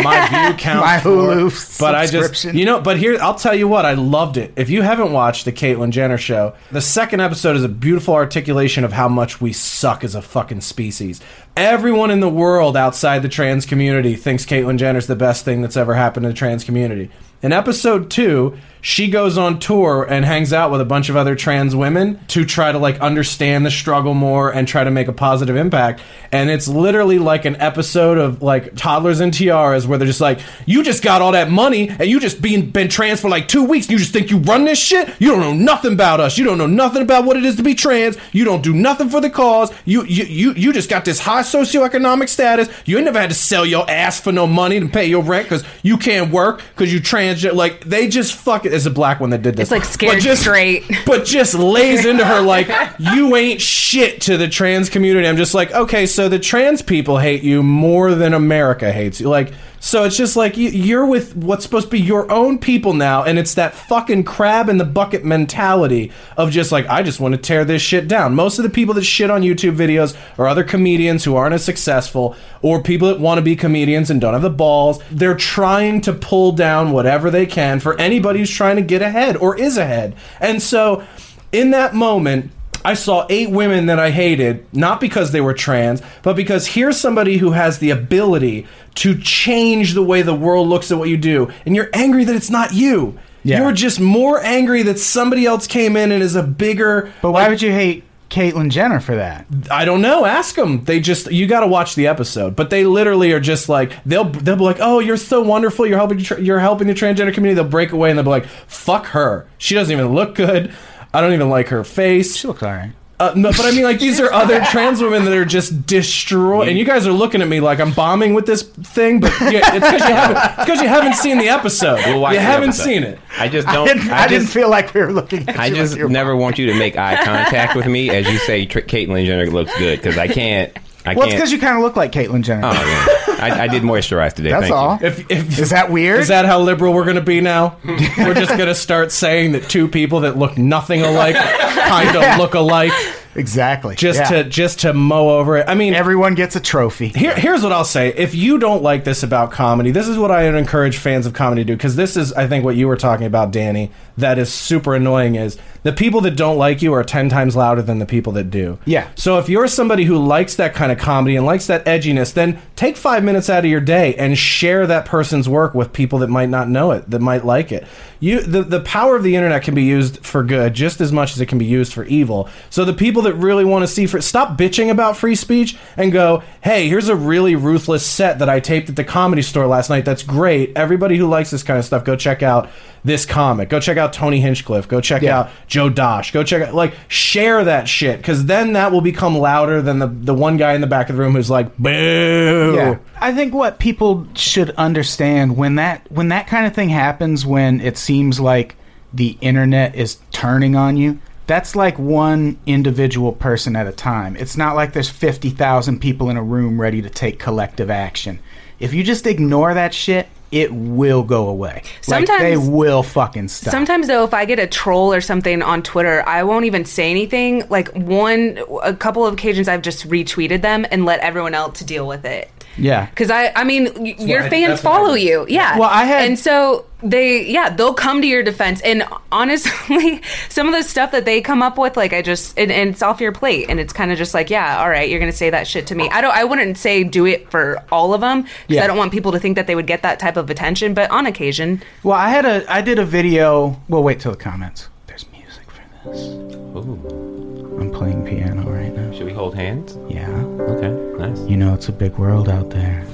Speaker 2: my view count,
Speaker 1: My
Speaker 2: for
Speaker 1: Hulu
Speaker 2: it. But I just,
Speaker 1: subscription.
Speaker 2: you know, but here I'll tell you what I loved it. If you haven't watched the Caitlyn Jenner show, the second episode is a beautiful articulation of how much we suck as a fucking species. Everyone in the world outside the trans community thinks Caitlyn Jenner's the best thing that's ever happened to the trans community. In episode two, she goes on tour and hangs out with a bunch of other trans women to try to like understand the struggle more and try to make a positive impact. And it's literally like an episode of like toddlers and tiaras where they're just like, "You just got all that money and you just being been trans for like two weeks. And you just think you run this shit. You don't know nothing about us. You don't know nothing about what it is to be trans. You don't do nothing for the cause. You you you you just got this high socioeconomic status. You ain't never had to sell your ass for no money to pay your rent because you can't work because you trans. Like they just fuck it. It's a black one that did this.
Speaker 5: It's like
Speaker 2: But
Speaker 5: scared
Speaker 2: just-
Speaker 5: straight.
Speaker 2: but just lays into her like you ain't shit to the trans community. I'm just like, okay, so the trans people hate you more than America hates you. Like, so it's just like you, you're with what's supposed to be your own people now, and it's that fucking crab in the bucket mentality of just like I just want to tear this shit down. Most of the people that shit on YouTube videos are other comedians who aren't as successful, or people that want to be comedians and don't have the balls. They're trying to pull down whatever they can for anybody who's trying to get ahead or is ahead. And so, in that moment, I saw eight women that I hated, not because they were trans, but because here's somebody who has the ability to change the way the world looks at what you do, and you're angry that it's not you.
Speaker 1: Yeah.
Speaker 2: You're just more angry that somebody else came in and is a bigger.
Speaker 1: but why would you hate Caitlyn Jenner for that?
Speaker 2: I don't know. Ask them. They just you got to watch the episode, but they literally are just like they'll they'll be like, "Oh, you're so wonderful. You're helping tr- you're helping the transgender community." They'll break away and they'll be like, "Fuck her. She doesn't even look good. I don't even like her face."
Speaker 1: She looks alright.
Speaker 2: Uh, no, but I mean, like these are other trans women that are just destroyed, and you guys are looking at me like I'm bombing with this thing, but yeah, it's because you haven't because you haven't seen the episode.
Speaker 4: We'll watch
Speaker 2: you
Speaker 4: the
Speaker 2: haven't
Speaker 4: episode.
Speaker 2: seen it.
Speaker 4: I just
Speaker 1: I
Speaker 4: don't.
Speaker 1: didn't, I didn't
Speaker 4: just-
Speaker 1: feel like we were looking at
Speaker 4: I
Speaker 1: you
Speaker 4: just
Speaker 1: like you were-
Speaker 4: never want you to make eye contact with me as you say Tr- Caitlyn Jenner looks good because I can't. I
Speaker 1: Well, it's
Speaker 4: can't.
Speaker 1: because you kind of look like Caitlyn Jenner.
Speaker 4: Oh, yeah. I, I did moisturize today.
Speaker 1: That's
Speaker 4: thank you.
Speaker 1: all.
Speaker 2: If, if
Speaker 1: Is that weird?
Speaker 2: Is that how liberal we're going to be now? we're just going to start saying that two people that look nothing alike kind of look alike
Speaker 1: exactly.
Speaker 2: just
Speaker 1: Yeah.
Speaker 2: to just to mow over it. I mean,
Speaker 1: everyone gets a trophy.
Speaker 2: here, here's what I'll say. If you don't like this about comedy, this is what I would encourage fans of comedy to do because this is, I think, what you were talking about, Danny. That is super annoying. Is the people that don't like you are ten times louder than the people that do.
Speaker 1: Yeah.
Speaker 2: So if you're somebody who likes that kind of comedy and likes that edginess, then take five minutes out of your day and share that person's work with people that might not know it, that might like it. You, the, the power of the internet can be used for good just as much as it can be used for evil. So the people that really want to see free, stop bitching about free speech and go, hey, here's a really ruthless set that I taped at the comedy store last night. That's great. Everybody who likes this kind of stuff, go check out this comic. Go check out Tony Hinchcliffe. Go check
Speaker 1: Yeah.
Speaker 2: out Joe Dosh. Go check out like share that shit because then that will become louder than the the one guy in the back of the room who's like boo.
Speaker 1: Yeah. I think what people should understand when that when that kind of thing happens when it seems like the internet is turning on you, that's like one individual person at a time. It's not like there's 50,000 people in a room ready to take collective action. If you just ignore that shit, it will go away. like, they
Speaker 5: Sometimes-
Speaker 1: will fucking stop.
Speaker 5: Sometimes though, if I get a troll or something on Twitter, I won't even say anything. Like one, a couple of occasions, I've just retweeted them and let everyone else deal with it.
Speaker 1: Yeah.
Speaker 5: Because I, I mean, y- your
Speaker 3: I-
Speaker 5: fans
Speaker 3: that's what I
Speaker 5: follow
Speaker 3: did.
Speaker 5: you. Yeah.
Speaker 1: Well, I had-
Speaker 5: and so they, yeah, they'll come to your defense. And honestly, some of the stuff that they come up with, like I just, and, and it's off your plate, and it's kind of just like, yeah, all right, you're gonna say that shit to me. I don't, I wouldn't say do it for all of them because
Speaker 1: Yeah.
Speaker 5: I don't want people to think that they would get that type of attention. But on occasion,
Speaker 1: Well, I had a I did a video. Well, wait till the comments. There's music for this.
Speaker 4: Ooh.
Speaker 1: I'm playing piano right now.
Speaker 4: Should we hold hands?
Speaker 1: Yeah.
Speaker 4: Okay, nice.
Speaker 1: You know, it's a big world out there.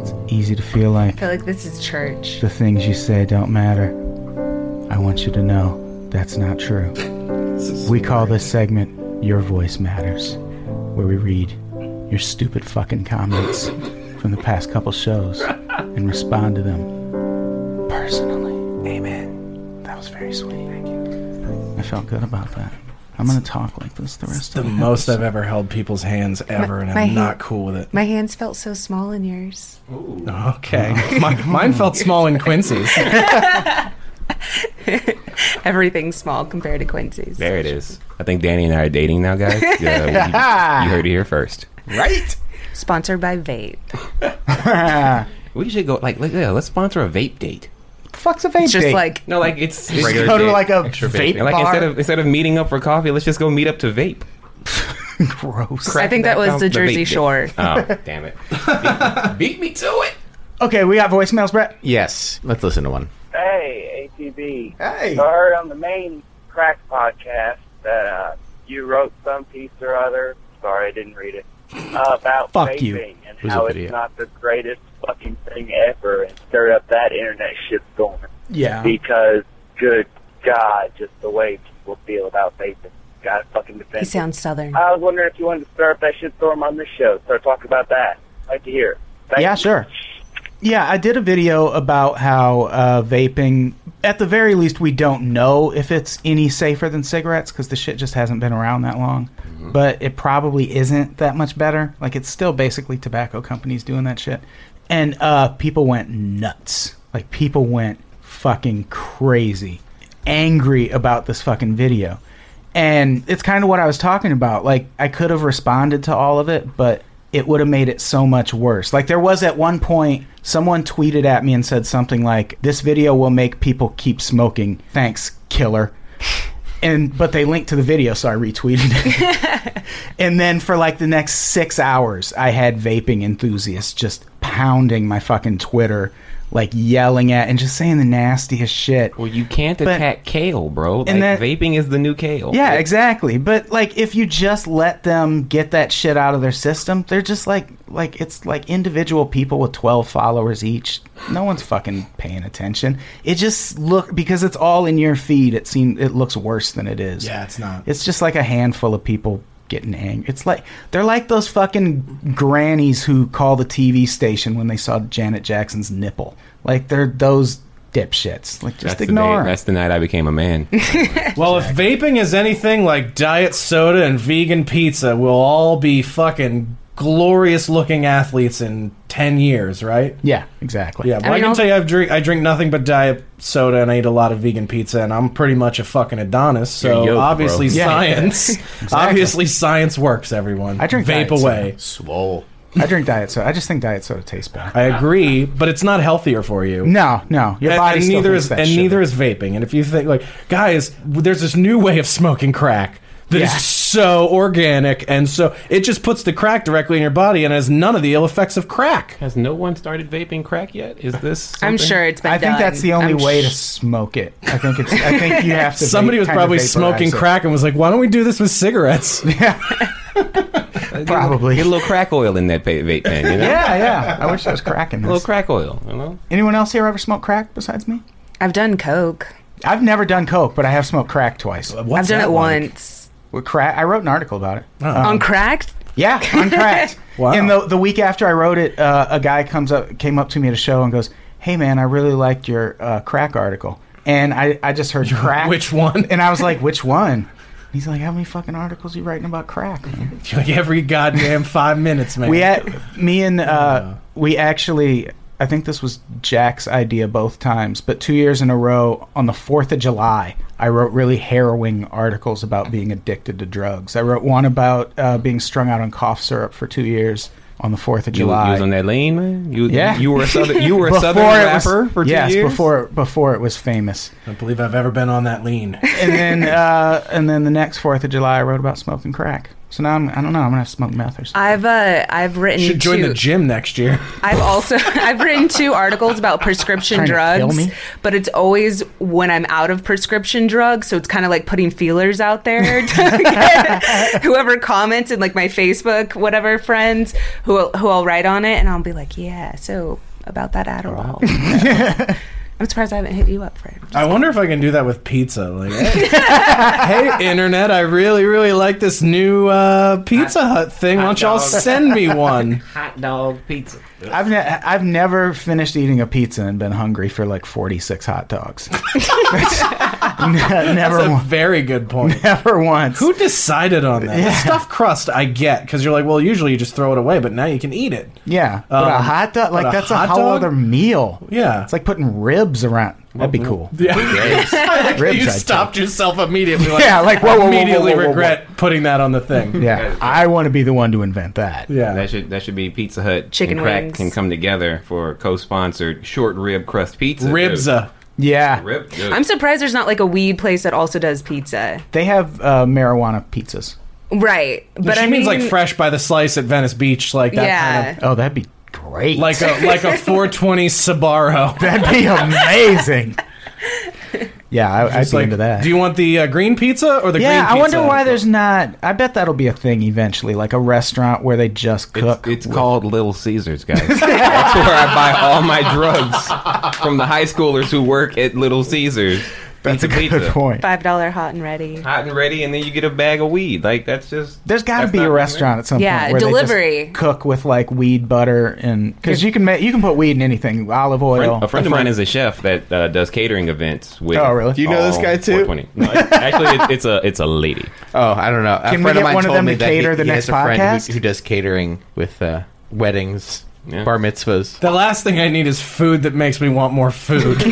Speaker 1: It's easy to feel like
Speaker 5: I feel like this is church.
Speaker 1: the things you say don't matter. I want you to know that's not true. We call this segment Your Voice Matters, where we read your stupid fucking comments from the past couple shows and respond to them personally. Amen. That was very sweet. Thank you. I felt good about that. I'm going to talk like this the rest
Speaker 2: The
Speaker 1: of
Speaker 2: most I've ever held people's hands ever, and
Speaker 5: my
Speaker 2: I'm
Speaker 5: hand-
Speaker 2: not cool with it.
Speaker 5: My hands felt so small in yours.
Speaker 2: Okay, My, mine felt small in Quincy's.
Speaker 5: Everything's small compared to Quincy's.
Speaker 4: There it is. I think Danny and I are dating now, guys. Uh, you, you heard it here first.
Speaker 1: Right?
Speaker 5: Sponsored by Vape.
Speaker 4: We should go like let, yeah, let's sponsor a vape date.
Speaker 1: Fuck's a vape
Speaker 5: Just
Speaker 1: date?
Speaker 5: like
Speaker 4: No, like it's, it's
Speaker 6: Regular
Speaker 1: Go to
Speaker 6: date,
Speaker 1: like a
Speaker 6: extra
Speaker 1: vape,
Speaker 4: Like
Speaker 1: bar.
Speaker 4: instead of instead of meeting up for coffee, let's just go meet up to vape.
Speaker 1: gross.
Speaker 5: I think that was the
Speaker 4: vape
Speaker 5: Jersey
Speaker 4: date.
Speaker 5: Shore.
Speaker 4: Oh, damn it! Beat, beat me to it.
Speaker 1: Okay, we got voicemails, Brett.
Speaker 6: Yes. Let's listen to one.
Speaker 7: Hey, ATB.
Speaker 1: Hey.
Speaker 7: So I heard on the main crack podcast that uh, you wrote some piece or other. Sorry, I didn't read it. Uh, about
Speaker 1: Fuck
Speaker 7: vaping
Speaker 1: you.
Speaker 7: and
Speaker 6: Who's
Speaker 7: how
Speaker 6: an
Speaker 7: it's
Speaker 6: idiot?
Speaker 7: not the greatest fucking thing ever, and stirred up that internet shitstorm
Speaker 1: Yeah.
Speaker 7: because, good God, just the way people feel about vaping. Got fucking defend.
Speaker 5: He
Speaker 7: it.
Speaker 5: sounds southern.
Speaker 7: I was wondering if you wanted to stir up that shitstorm on this show. Start talking about that. Like to hear. Thank
Speaker 1: Yeah,
Speaker 7: you.
Speaker 1: sure. Yeah, I did a video about how uh, vaping, at the very least, we don't know if it's any safer than cigarettes because the shit just hasn't been around that long. But it probably isn't that much better. Like, it's still basically tobacco companies doing that shit. And uh, people went nuts. Like, people went fucking crazy, angry about this fucking video. And it's kind of what I was talking about. Like, I could have responded to all of it, but it would have made it so much worse. Like, there was at one point, someone tweeted at me and said something like, This video will make people keep smoking. Thanks, killer. And but they linked to the video, so I retweeted it. and then for like the next six hours, I had vaping enthusiasts just pounding my fucking Twitter like yelling at and just saying the nastiest shit.
Speaker 4: Well, you can't
Speaker 1: But-
Speaker 4: attack kale, bro. Like,
Speaker 1: And that-
Speaker 4: vaping is the new kale.
Speaker 1: Yeah,
Speaker 4: It-
Speaker 1: exactly. But like if you just let them get that shit out of their system, they're just like like it's like individual people with 12 followers each. No one's fucking paying attention. It just look because it's all in your feed, it seems it looks worse than it is.
Speaker 2: Yeah, it's not.
Speaker 1: It's just like a handful of people getting angry. It's like they're like those fucking grannies who call the TV station when they saw Janet Jackson's nipple. Like they're those dipshits. Like just
Speaker 4: That's the
Speaker 1: ignore
Speaker 4: day,
Speaker 1: 'em.
Speaker 4: that's the night I became a man.
Speaker 2: Well, if vaping is anything like diet soda and vegan pizza, we'll all be fucking glorious looking athletes in 10 years, right?
Speaker 1: Yeah, exactly.
Speaker 2: Yeah, but I,
Speaker 5: I mean,
Speaker 2: can
Speaker 5: I'll-
Speaker 2: tell you I've drink, I drink nothing but diet soda and I eat a lot of vegan pizza and I'm pretty much a fucking Adonis. So
Speaker 4: You're yoked,
Speaker 2: obviously
Speaker 4: bro.
Speaker 1: Yeah.
Speaker 2: science obviously science works everyone.
Speaker 1: I drink
Speaker 2: vape
Speaker 1: diet
Speaker 2: away.
Speaker 6: Swole.
Speaker 1: I drink diet soda. I just think diet soda tastes better.
Speaker 2: I agree, but it's not healthier for you.
Speaker 1: No, no, your
Speaker 2: and,
Speaker 1: body
Speaker 2: and
Speaker 1: still
Speaker 2: neither
Speaker 1: thinks
Speaker 2: is
Speaker 1: that
Speaker 2: and
Speaker 1: sugar.
Speaker 2: neither is vaping. And if you think like guys, w- there's this new way of smoking crack that is
Speaker 1: Yeah.
Speaker 2: so organic and so it just puts the crack directly in your body and has none of the ill effects of crack.
Speaker 4: Has no one started vaping crack yet? Is this?
Speaker 5: I'm
Speaker 4: something-
Speaker 5: sure it's been.
Speaker 1: I think
Speaker 5: done.
Speaker 1: that's the only
Speaker 5: I'm
Speaker 1: way
Speaker 5: sh-
Speaker 1: to smoke it. I think it's. I think you have to.
Speaker 2: Somebody
Speaker 1: vape-
Speaker 2: was
Speaker 1: kinda
Speaker 2: probably
Speaker 1: vaporize
Speaker 2: smoking
Speaker 1: it.
Speaker 2: crack and was like, "Why don't we do this with cigarettes?"
Speaker 1: Probably.
Speaker 4: Get a little crack oil in that pa- vape pen. You know?
Speaker 1: Yeah, yeah. I wish I was cracking
Speaker 4: A little
Speaker 1: this.
Speaker 4: crack oil. You know.
Speaker 1: Anyone else here ever smoked crack besides me?
Speaker 5: I've done coke.
Speaker 1: I've never done coke, but I have smoked crack twice.
Speaker 2: What's
Speaker 5: I've done
Speaker 2: that
Speaker 5: it
Speaker 2: like?
Speaker 5: once
Speaker 1: With crack, I wrote an article about it.
Speaker 2: Oh.
Speaker 1: Um,
Speaker 5: on cracked.
Speaker 1: Yeah, on crack.
Speaker 2: Wow.
Speaker 1: And the the week after I wrote it, uh, a guy comes up, came up to me at a show and goes, "Hey man, I really liked your uh, crack article." And I, I just heard crack.
Speaker 2: which one?
Speaker 1: And I was like, "Which one?" He's like, "How many fucking articles you writing about crack?" man?"
Speaker 2: Like every goddamn five minutes, man.
Speaker 1: We at me and uh, we actually I think this was Jack's idea both times, but two years in a row on the Fourth of July, I wrote really harrowing articles about being addicted to drugs. I wrote one about uh, being strung out on cough syrup for two years on the Fourth of
Speaker 4: You, you
Speaker 1: July.
Speaker 4: was on that lane, man. You,
Speaker 1: Yeah.
Speaker 4: you were a southern. You were a southern
Speaker 1: it
Speaker 4: rapper
Speaker 1: was,
Speaker 4: for two
Speaker 1: yes,
Speaker 4: years.
Speaker 1: before before it was famous,
Speaker 2: I don't believe I've ever been on that lean.
Speaker 1: and then uh, and then the next Fourth of July, I wrote about smoking crack. So now I'm, I don't know. I'm gonna have to smoke meth or something.
Speaker 5: I've uh, I've written.
Speaker 2: Should join
Speaker 5: two,
Speaker 2: the gym next year.
Speaker 5: I've also I've written two articles about prescription
Speaker 1: Trying to kill
Speaker 5: drugs,
Speaker 1: me?
Speaker 5: but it's always when I'm out of prescription drugs, so it's kind of like putting feelers out there. To get whoever comments in like my Facebook, whatever friends who who I'll write on it, and I'll be like, yeah, so about that Adderall. So, I'm surprised I haven't hit you up for it.
Speaker 2: I wonder if I can do that with pizza. Like, hey, hey, internet, I really, really like this new uh, Pizza Hut thing. Why don't y'all send me one?
Speaker 4: hot dog pizza.
Speaker 1: I've ne- I've never finished eating a pizza and been hungry for like 46 hot dogs. Ne- never
Speaker 2: That's a
Speaker 1: once.
Speaker 2: very good point.
Speaker 1: Never once.
Speaker 2: Who decided on that? The stuffed crust, I get, because you're like, well, usually you just throw it away, but now you can eat it.
Speaker 1: yeah, but a
Speaker 2: Um,
Speaker 1: hot dog
Speaker 2: but
Speaker 1: like
Speaker 2: a
Speaker 1: that's a
Speaker 2: hot
Speaker 1: whole
Speaker 2: dog?
Speaker 1: other meal.
Speaker 2: Yeah.
Speaker 1: it's like putting ribs around. That'd be cool. Ribs,
Speaker 6: you
Speaker 1: I'd
Speaker 6: stopped yourself immediately. Like,
Speaker 1: Yeah, like whoa, whoa, whoa, whoa,
Speaker 2: Immediately
Speaker 1: whoa, whoa, whoa.
Speaker 2: regret putting that on the thing.
Speaker 1: Yeah, I want to be the one to invent that.
Speaker 2: Yeah.
Speaker 4: That should that should be Pizza Hut
Speaker 5: Chicken
Speaker 4: and crack
Speaker 5: wings.
Speaker 4: can come together for co-sponsored short rib crust pizza. dude.
Speaker 2: Ribza.
Speaker 1: Yeah,
Speaker 4: Rib. dude.
Speaker 5: I'm surprised there's not like a weed place that also does pizza,
Speaker 1: they have uh, marijuana pizzas.
Speaker 5: right? But
Speaker 2: she
Speaker 5: I
Speaker 2: means like
Speaker 5: mean-
Speaker 2: fresh by the slice at Venice Beach, like that
Speaker 5: yeah.
Speaker 2: kind of.
Speaker 1: Oh, that'd be great.
Speaker 2: Like a like a 420 Sbarro.
Speaker 1: that'd be amazing. yeah, I, I'd
Speaker 2: It's
Speaker 1: be
Speaker 2: like,
Speaker 1: into that.
Speaker 2: Do you want the uh, green pizza or the green
Speaker 1: Yeah,
Speaker 2: pizza?
Speaker 1: I wonder why there's not. I bet that'll be a thing eventually, like a restaurant where they just cook.
Speaker 4: It's, it's called Little Caesars, guys. That's where I buy all my drugs from the high schoolers who work at Little Caesars. That's
Speaker 1: a good point.
Speaker 5: Five dollar hot and ready.
Speaker 4: Hot and ready, and then you get a bag of weed. Like that's just
Speaker 1: There's got to
Speaker 4: that's
Speaker 1: be
Speaker 4: not-
Speaker 1: a restaurant at some
Speaker 5: Yeah,
Speaker 1: point. where they just
Speaker 5: delivery.
Speaker 1: cook with like weed butter and because you can make you can put weed in anything, olive
Speaker 4: Friend-
Speaker 1: oil.
Speaker 4: a friend of mine is a chef that uh, does catering events with.
Speaker 1: Oh, really? Do
Speaker 6: you know this
Speaker 4: all
Speaker 6: guy, too?
Speaker 4: 420. No, it- actually, it, it's a it's a lady.
Speaker 6: Oh, I don't know. A
Speaker 1: Can we
Speaker 6: friend
Speaker 1: get
Speaker 6: of mine
Speaker 1: one of
Speaker 6: told
Speaker 1: them
Speaker 6: me
Speaker 1: to
Speaker 6: that he-
Speaker 1: cater the
Speaker 6: he
Speaker 1: next
Speaker 6: has a friend who-
Speaker 1: podcast?
Speaker 6: Who, does catering with uh, weddings,
Speaker 4: Yeah.
Speaker 6: bar mitzvahs?
Speaker 2: The last thing I need is food that makes me want more food.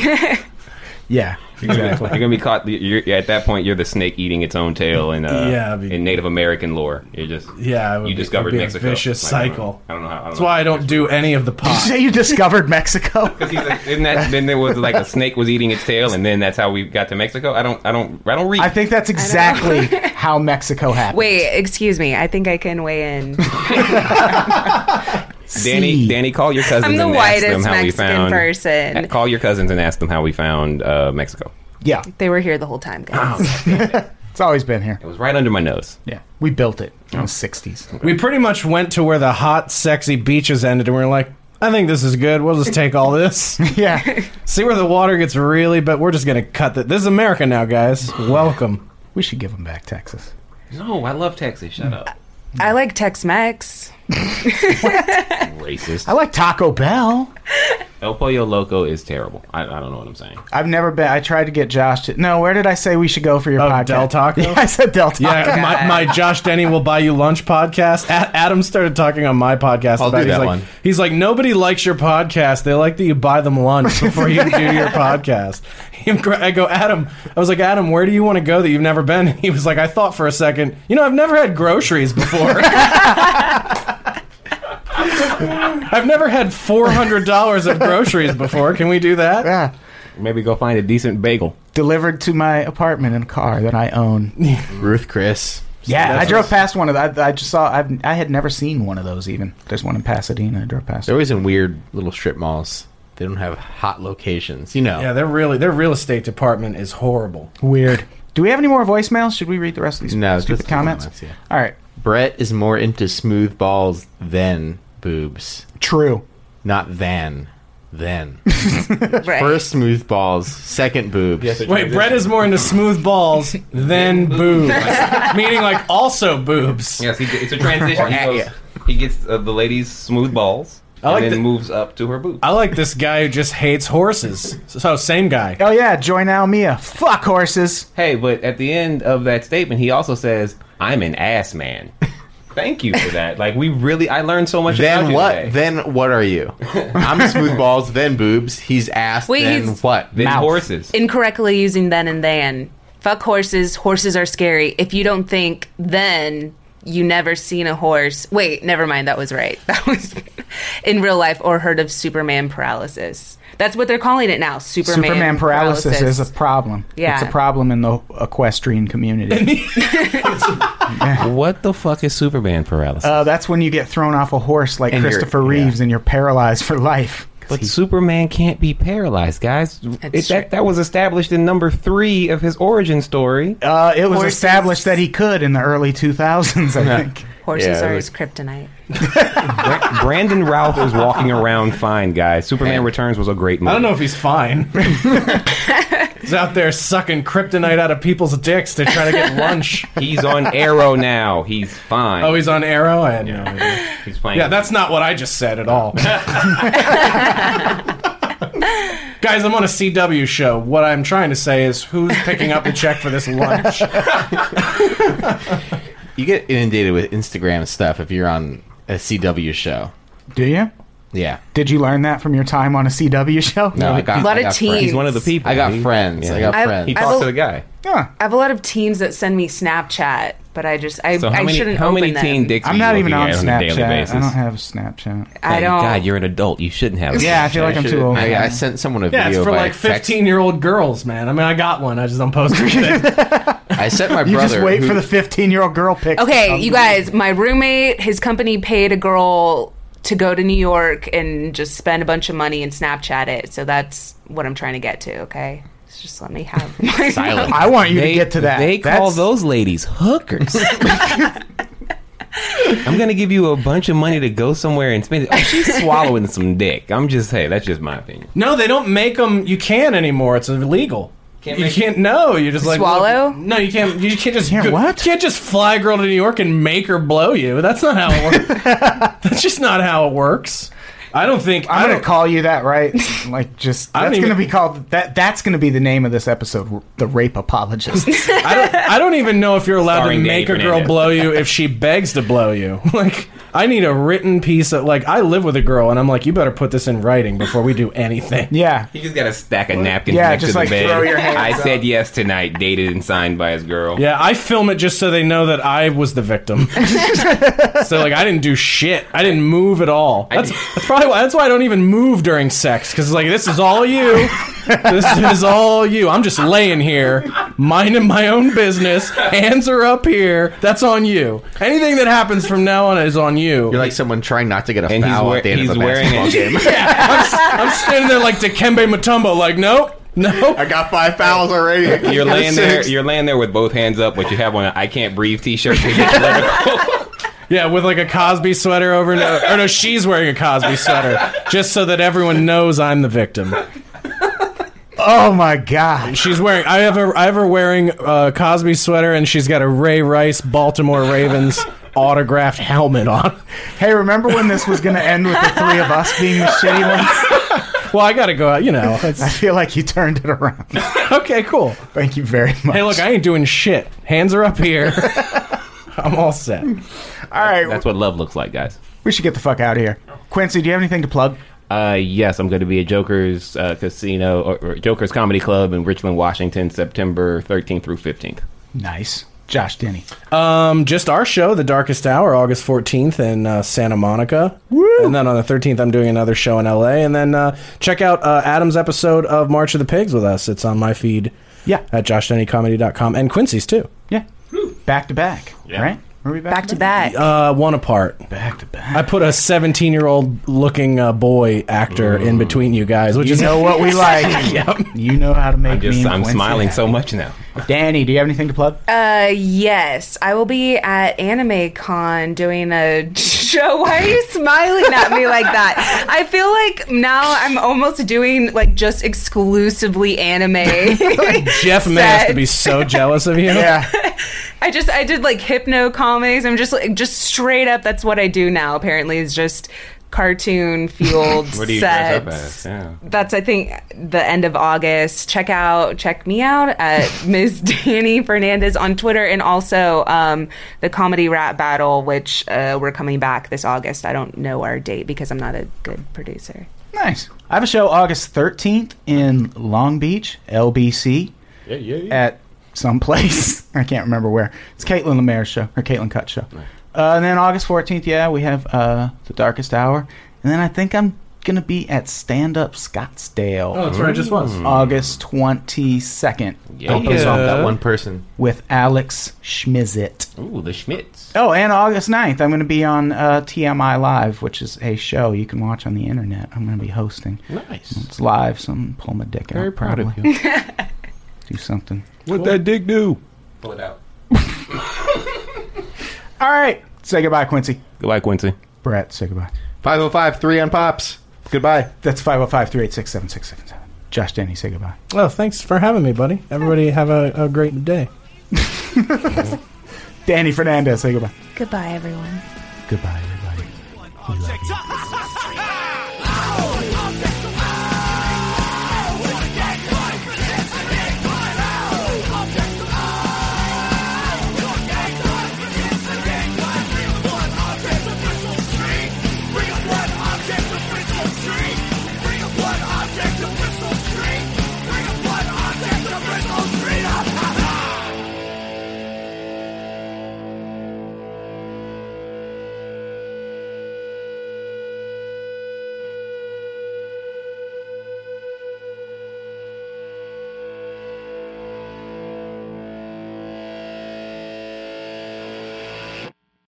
Speaker 1: yeah,
Speaker 4: You're gonna be caught. You're, you're- at that point, you're the snake eating its own tail in uh,
Speaker 2: Yeah, I mean-
Speaker 4: in Native American lore. You're just
Speaker 2: yeah, it would
Speaker 4: you
Speaker 2: be,
Speaker 4: discovered
Speaker 2: it'd be
Speaker 4: Mexico.
Speaker 2: a vicious
Speaker 4: Like, I don't know-
Speaker 2: cycle.
Speaker 4: I don't know how. I don't
Speaker 2: That's
Speaker 4: know
Speaker 2: why
Speaker 4: how-
Speaker 2: I don't do any of the
Speaker 1: you
Speaker 2: pot.
Speaker 1: say you discovered Mexico.
Speaker 4: He's like, isn't that then there was like a snake was eating its tail, and then that's how we got to Mexico. I don't, I don't, I don't read.
Speaker 1: I think that's exactly how Mexico happened.
Speaker 5: Wait, excuse me. I think I can weigh in.
Speaker 4: Danny,
Speaker 1: See.
Speaker 4: Danny, call your cousins
Speaker 5: I'm the
Speaker 4: and ask them
Speaker 5: whitest
Speaker 4: how we
Speaker 5: Mexican
Speaker 4: found.
Speaker 1: Uh,
Speaker 5: person.
Speaker 4: Call your cousins and ask them how we found uh, Mexico.
Speaker 1: Yeah,
Speaker 5: They were here the whole time, guys.
Speaker 1: it's always been here.
Speaker 4: It was right under my nose.
Speaker 1: Yeah, we built it
Speaker 4: Oh.
Speaker 1: in the '60s.
Speaker 2: We pretty much went to where the hot, sexy beaches ended, and we were like, I think this is good. We'll just take all this.
Speaker 1: Yeah,
Speaker 2: See where the water gets really, but we're just gonna cut that. This is America now, guys. Welcome.
Speaker 1: we should give them back Texas.
Speaker 4: No, I love Texas. Shut up,
Speaker 5: I like Tex-Mex.
Speaker 4: racist.
Speaker 1: I like Taco Bell.
Speaker 4: El Pollo Loco is terrible. I, I don't know what I'm saying.
Speaker 1: I've never been. I tried to get Josh. to... No, where did I say we should go for your
Speaker 2: Oh,
Speaker 1: podcast?
Speaker 2: Del Taco?
Speaker 1: Yeah, I said Del Taco.
Speaker 2: Yeah, my, my Josh Denny will buy you lunch podcast. A- Adam started talking on my podcast
Speaker 6: I'll
Speaker 2: about
Speaker 6: do
Speaker 2: it. he's
Speaker 6: that
Speaker 2: like
Speaker 6: one.
Speaker 2: he's like nobody likes your podcast. They like that you buy them lunch before you do your podcast. He- I go Adam. I was like Adam, where do you want to go that you've never been? He was like, I thought for a second. You know, I've never had groceries before. I've never had four hundred dollars of groceries before. Can we do that?
Speaker 1: Yeah.
Speaker 4: Maybe go find a decent bagel.
Speaker 1: Delivered to my apartment in a car that I own.
Speaker 6: Ruth Chris.
Speaker 1: Yeah, I drove past one of that. I just saw. I've, I had never seen one of those. Even there's one in Pasadena. I drove past.
Speaker 6: They're always in weird little strip malls. They don't have hot locations, you know.
Speaker 2: Yeah, they're really their real estate department is horrible.
Speaker 1: Weird. Do we have any more voicemails? Should we read the rest of these
Speaker 6: No, just
Speaker 1: stupid
Speaker 6: the comments,
Speaker 1: comments?
Speaker 6: yeah.
Speaker 1: All right.
Speaker 6: Brett is more into smooth balls than boobs.
Speaker 1: True.
Speaker 6: Not than. Then.
Speaker 5: Right.
Speaker 6: First smooth balls, second boobs.
Speaker 2: Wait, Brett is more into smooth balls than boobs, meaning like also boobs.
Speaker 4: Yes, he, it's a transition. he, goes, he gets uh, the lady's smooth balls
Speaker 2: I like
Speaker 4: and then
Speaker 2: the-
Speaker 4: moves up to her boobs.
Speaker 2: I like this guy who just hates horses. So same guy.
Speaker 1: Oh yeah, join now, Mia. Fuck horses.
Speaker 4: Hey, but at the end of that statement, he also says, "I'm an ass man." Thank you for that. Like we really, I learned so much. about
Speaker 6: Then
Speaker 4: you
Speaker 6: what?
Speaker 4: today.
Speaker 6: Then what are you? I'm smooth balls, then boobs. He's ass,
Speaker 5: Wait,
Speaker 6: then
Speaker 5: he's-
Speaker 6: what?
Speaker 4: Then
Speaker 1: Mouth.
Speaker 4: horses.
Speaker 5: Incorrectly using then and then. Fuck horses. Horses are scary. If you don't think then, you never seen a horse. Wait, never mind. That was right. That was in real life or heard of Superman paralysis. That's what they're calling it now. Superman,
Speaker 1: Superman paralysis,
Speaker 5: paralysis
Speaker 1: is a problem.
Speaker 5: Yeah.
Speaker 1: It's a problem in the equestrian community.
Speaker 4: What the fuck is Superman paralysis?
Speaker 1: uh, that's when you get thrown off a horse like
Speaker 6: And you're-
Speaker 1: Christopher
Speaker 6: yeah.
Speaker 1: Reeves and you're paralyzed for life. 'Cause
Speaker 4: But
Speaker 1: he-
Speaker 4: Superman can't be paralyzed, guys. It,
Speaker 5: true.
Speaker 4: that, that was established in number three of his origin story.
Speaker 1: uh, it was
Speaker 5: Horses-
Speaker 1: established that he could in the early 2000s, I think.
Speaker 5: Horses
Speaker 6: Yeah,
Speaker 5: are
Speaker 6: like-
Speaker 5: his kryptonite.
Speaker 4: Bra- Brandon Routh is walking around fine, guys. Superman Returns was a great movie.
Speaker 2: I don't know if he's fine. he's out there sucking kryptonite out of people's dicks to try to get lunch.
Speaker 4: He's on Arrow now. He's fine.
Speaker 2: Oh, he's on Arrow. I had no idea.
Speaker 4: he's playing.
Speaker 2: Yeah, that's not what I just said at all. Guys, I'm on a CW show. What I'm trying to say is, who's picking up the check for this lunch?
Speaker 6: You get inundated with Instagram stuff if you're on a CW show.
Speaker 1: Do you?
Speaker 6: Yeah.
Speaker 1: Did you learn that from your time on a CW show?
Speaker 6: No, I got,
Speaker 5: A lot
Speaker 6: I
Speaker 5: of
Speaker 6: got friends.
Speaker 5: teens.
Speaker 4: he's one of the people.
Speaker 6: I got
Speaker 4: He-
Speaker 6: friends. I got
Speaker 5: I-
Speaker 6: friends.
Speaker 4: He
Speaker 5: I
Speaker 4: talked
Speaker 5: will-
Speaker 4: to the guy.
Speaker 1: Yeah.
Speaker 5: I have a lot of teens that send me Snapchat, but I just I,
Speaker 4: So how
Speaker 5: I
Speaker 4: many,
Speaker 5: shouldn't
Speaker 4: how many
Speaker 5: open them.
Speaker 4: teen dicks?
Speaker 1: I'm
Speaker 4: are you
Speaker 1: not even
Speaker 4: looking
Speaker 1: on
Speaker 4: at a daily
Speaker 1: Snapchat.
Speaker 4: basis?
Speaker 1: I don't have Snapchat.
Speaker 5: I
Speaker 4: Thank
Speaker 5: don't.
Speaker 4: God, you're an adult. You shouldn't have.
Speaker 1: Yeah, I feel like I'm too old.
Speaker 6: I, I sent someone a
Speaker 2: Yeah,
Speaker 6: video
Speaker 2: it's for
Speaker 6: via
Speaker 2: like
Speaker 6: text.
Speaker 2: 15 year old girls, man. I mean, I got one. I just don't post anything.
Speaker 6: I sent my
Speaker 1: You
Speaker 6: brother.
Speaker 1: just wait
Speaker 6: who-
Speaker 1: for the 15 year old girl pics.
Speaker 5: Okay, you guys, my roommate, his company paid a girl to go to New York and just spend a bunch of money and Snapchat it. So that's what I'm trying to get to, okay? So just let me have my
Speaker 6: Silent.
Speaker 1: I want you to get to that.
Speaker 4: They call
Speaker 1: That's-
Speaker 4: those ladies hookers. I'm gonna give you a bunch of money to go somewhere and spend it. Oh, she's swallowing some dick. I'm just hey, that's just my opinion.
Speaker 2: no, they don't make them. You can anymore. It's illegal.
Speaker 4: Can't
Speaker 2: you
Speaker 4: make-
Speaker 2: can't. No, you're just like
Speaker 5: Swallow?
Speaker 2: no, you can't. You can't just
Speaker 1: You can't what?
Speaker 2: You can't just fly a girl to New York and make her blow you. That's not how it works. That's just not how it works. I don't think. I
Speaker 1: I'm gonna
Speaker 2: don't-
Speaker 1: call you that, right? Like, just
Speaker 2: I don't
Speaker 1: that's
Speaker 2: even-
Speaker 1: gonna be called that. That's gonna be the name of this episode: the rape apologist.
Speaker 2: I don't, I don't even know if you're allowed
Speaker 4: Starring
Speaker 2: to
Speaker 4: Danny
Speaker 2: make a girl
Speaker 4: Fernandez.
Speaker 2: blow you if she begs to blow you. Like, I need a written piece of like. I live with a girl, and I'm like, you better put this in writing before we do anything.
Speaker 1: yeah,
Speaker 4: You just got a stack of napkins
Speaker 1: Yeah,
Speaker 4: next
Speaker 1: just,
Speaker 4: to the
Speaker 1: like,
Speaker 4: bed.
Speaker 1: throw your hands
Speaker 4: I said yes tonight, dated and signed by his girl.
Speaker 2: Yeah, I film it just so they know that I was the victim. so like, I didn't do shit. I didn't move at all. That's,
Speaker 4: did-
Speaker 2: that's probably why. That's why I don't even move during sex because like this is all you. This is all you. I'm just laying here, minding my own business. Hands are up here. That's on you. Anything that happens from now on is on you.
Speaker 6: You're like someone trying not to get a
Speaker 4: And he's
Speaker 6: foul
Speaker 4: wear-
Speaker 6: at the end
Speaker 4: he's
Speaker 6: of a
Speaker 4: wearing
Speaker 6: basketball
Speaker 4: a-
Speaker 6: game.
Speaker 2: I'm, s- I'm standing there like Dikembe Mutombo, like, nope, no.
Speaker 6: I got five fouls already. I
Speaker 4: You're
Speaker 6: got
Speaker 4: laying there.
Speaker 6: six.
Speaker 4: You're laying there with both hands up, but you have on an "I can't breathe" T-shirt. that gets leather coat.
Speaker 2: Yeah, with like a Cosby sweater over. No, or no, she's wearing a Cosby sweater just so that everyone knows I'm the victim.
Speaker 1: Oh my gosh.
Speaker 2: She's wearing. I have her. I have her wearing a Cosby sweater, and she's got a Ray Rice Baltimore Ravens autographed helmet on.
Speaker 1: Hey, remember when this was going to end with the three of us being the shitty ones?
Speaker 2: Well, I gotta go out. You know.
Speaker 1: I feel like you turned it around.
Speaker 2: Okay, cool.
Speaker 1: Thank you very much.
Speaker 2: Hey, look, I ain't doing shit. Hands are up here. I'm all set.
Speaker 1: All right,
Speaker 4: That's what love looks like, guys.
Speaker 1: we should get the fuck out of here. Quincy, do you have anything to plug?
Speaker 4: Uh, yes, I'm going to be at Joker's uh, Casino or, or Joker's Comedy Club in Richland, Washington, September 13th through 15th.
Speaker 1: Nice. Josh Denny.
Speaker 2: Um, just our show, The Darkest Hour, August 14th in uh, Santa Monica. And then on the 13th, I'm doing another show in LA. And then uh, check out uh, Adam's episode of March of the Pigs with us. It's on my feed
Speaker 1: Yeah. uh,
Speaker 2: at joshdennycomedy.com and Quincy's too.
Speaker 1: Yeah. Back to back. Right? Were we back,
Speaker 5: Back to back.
Speaker 2: Uh, one apart.
Speaker 1: Back to back.
Speaker 2: I put a 17 year old looking uh, boy actor in between you guys, which
Speaker 1: You
Speaker 2: is
Speaker 1: know what we like. You know how to make me.
Speaker 4: Just
Speaker 1: and
Speaker 4: I'm
Speaker 1: Quincy
Speaker 4: smiling
Speaker 1: happy.
Speaker 4: so much now.
Speaker 1: Danny, do you have anything to plug?
Speaker 5: Uh, yes, I will be at Anime Con doing a show. Why are you smiling at me like that? I feel like now I'm almost doing like just exclusively anime.
Speaker 2: Jeff May has to be so jealous of you.
Speaker 1: yeah.
Speaker 5: I just I did like hypno comics. I'm just like just straight up. That's what I do now. Apparently, is just cartoon fueled
Speaker 4: What do you dress up as?
Speaker 5: sets.
Speaker 4: Yeah.
Speaker 5: That's I think the end of August. Check out check me out at Ms. Danny Fernandez on Twitter and also um, the comedy rap battle, which uh, we're coming back this August. I don't know our date because I'm not a good producer.
Speaker 1: Nice. I have a show August 13th in Long Beach, LBC. At some place. I can't remember where. It's Caitlin Lemaire's show, or Caitlin Cut show. Uh, and then August 14th, yeah, we have uh, The Darkest Hour. And then I think I'm going to be at Stand Up Scottsdale.
Speaker 3: Oh,
Speaker 1: Mm.
Speaker 3: that's right, I just was.
Speaker 1: August 22nd
Speaker 4: Yeah.
Speaker 6: Don't piss off that one person.
Speaker 1: with Alex Schmizit.
Speaker 4: Ooh, the Schmitz.
Speaker 1: Oh, and August 9th, I'm going to be on uh, TMI Live, which is a show you can watch on the internet. I'm going to be hosting.
Speaker 6: Nice.
Speaker 1: It's live, so I'm gonna pull my dick out.
Speaker 6: Very proud of
Speaker 1: probably.
Speaker 6: you.
Speaker 1: Do something.
Speaker 2: What that dick do?
Speaker 4: Pull it out.
Speaker 1: All right. Say goodbye, Quincy.
Speaker 4: Goodbye, Quincy.
Speaker 1: Brett, say goodbye.
Speaker 6: 505 3 oh on Pops. Goodbye.
Speaker 1: That's 505 386 7677. Josh Denny, say goodbye.
Speaker 2: Oh, thanks for having me, buddy. Everybody have a, a great day.
Speaker 1: Danny Fernandez, say goodbye.
Speaker 5: Goodbye, everyone.
Speaker 1: Goodbye, everybody.
Speaker 8: Check, check.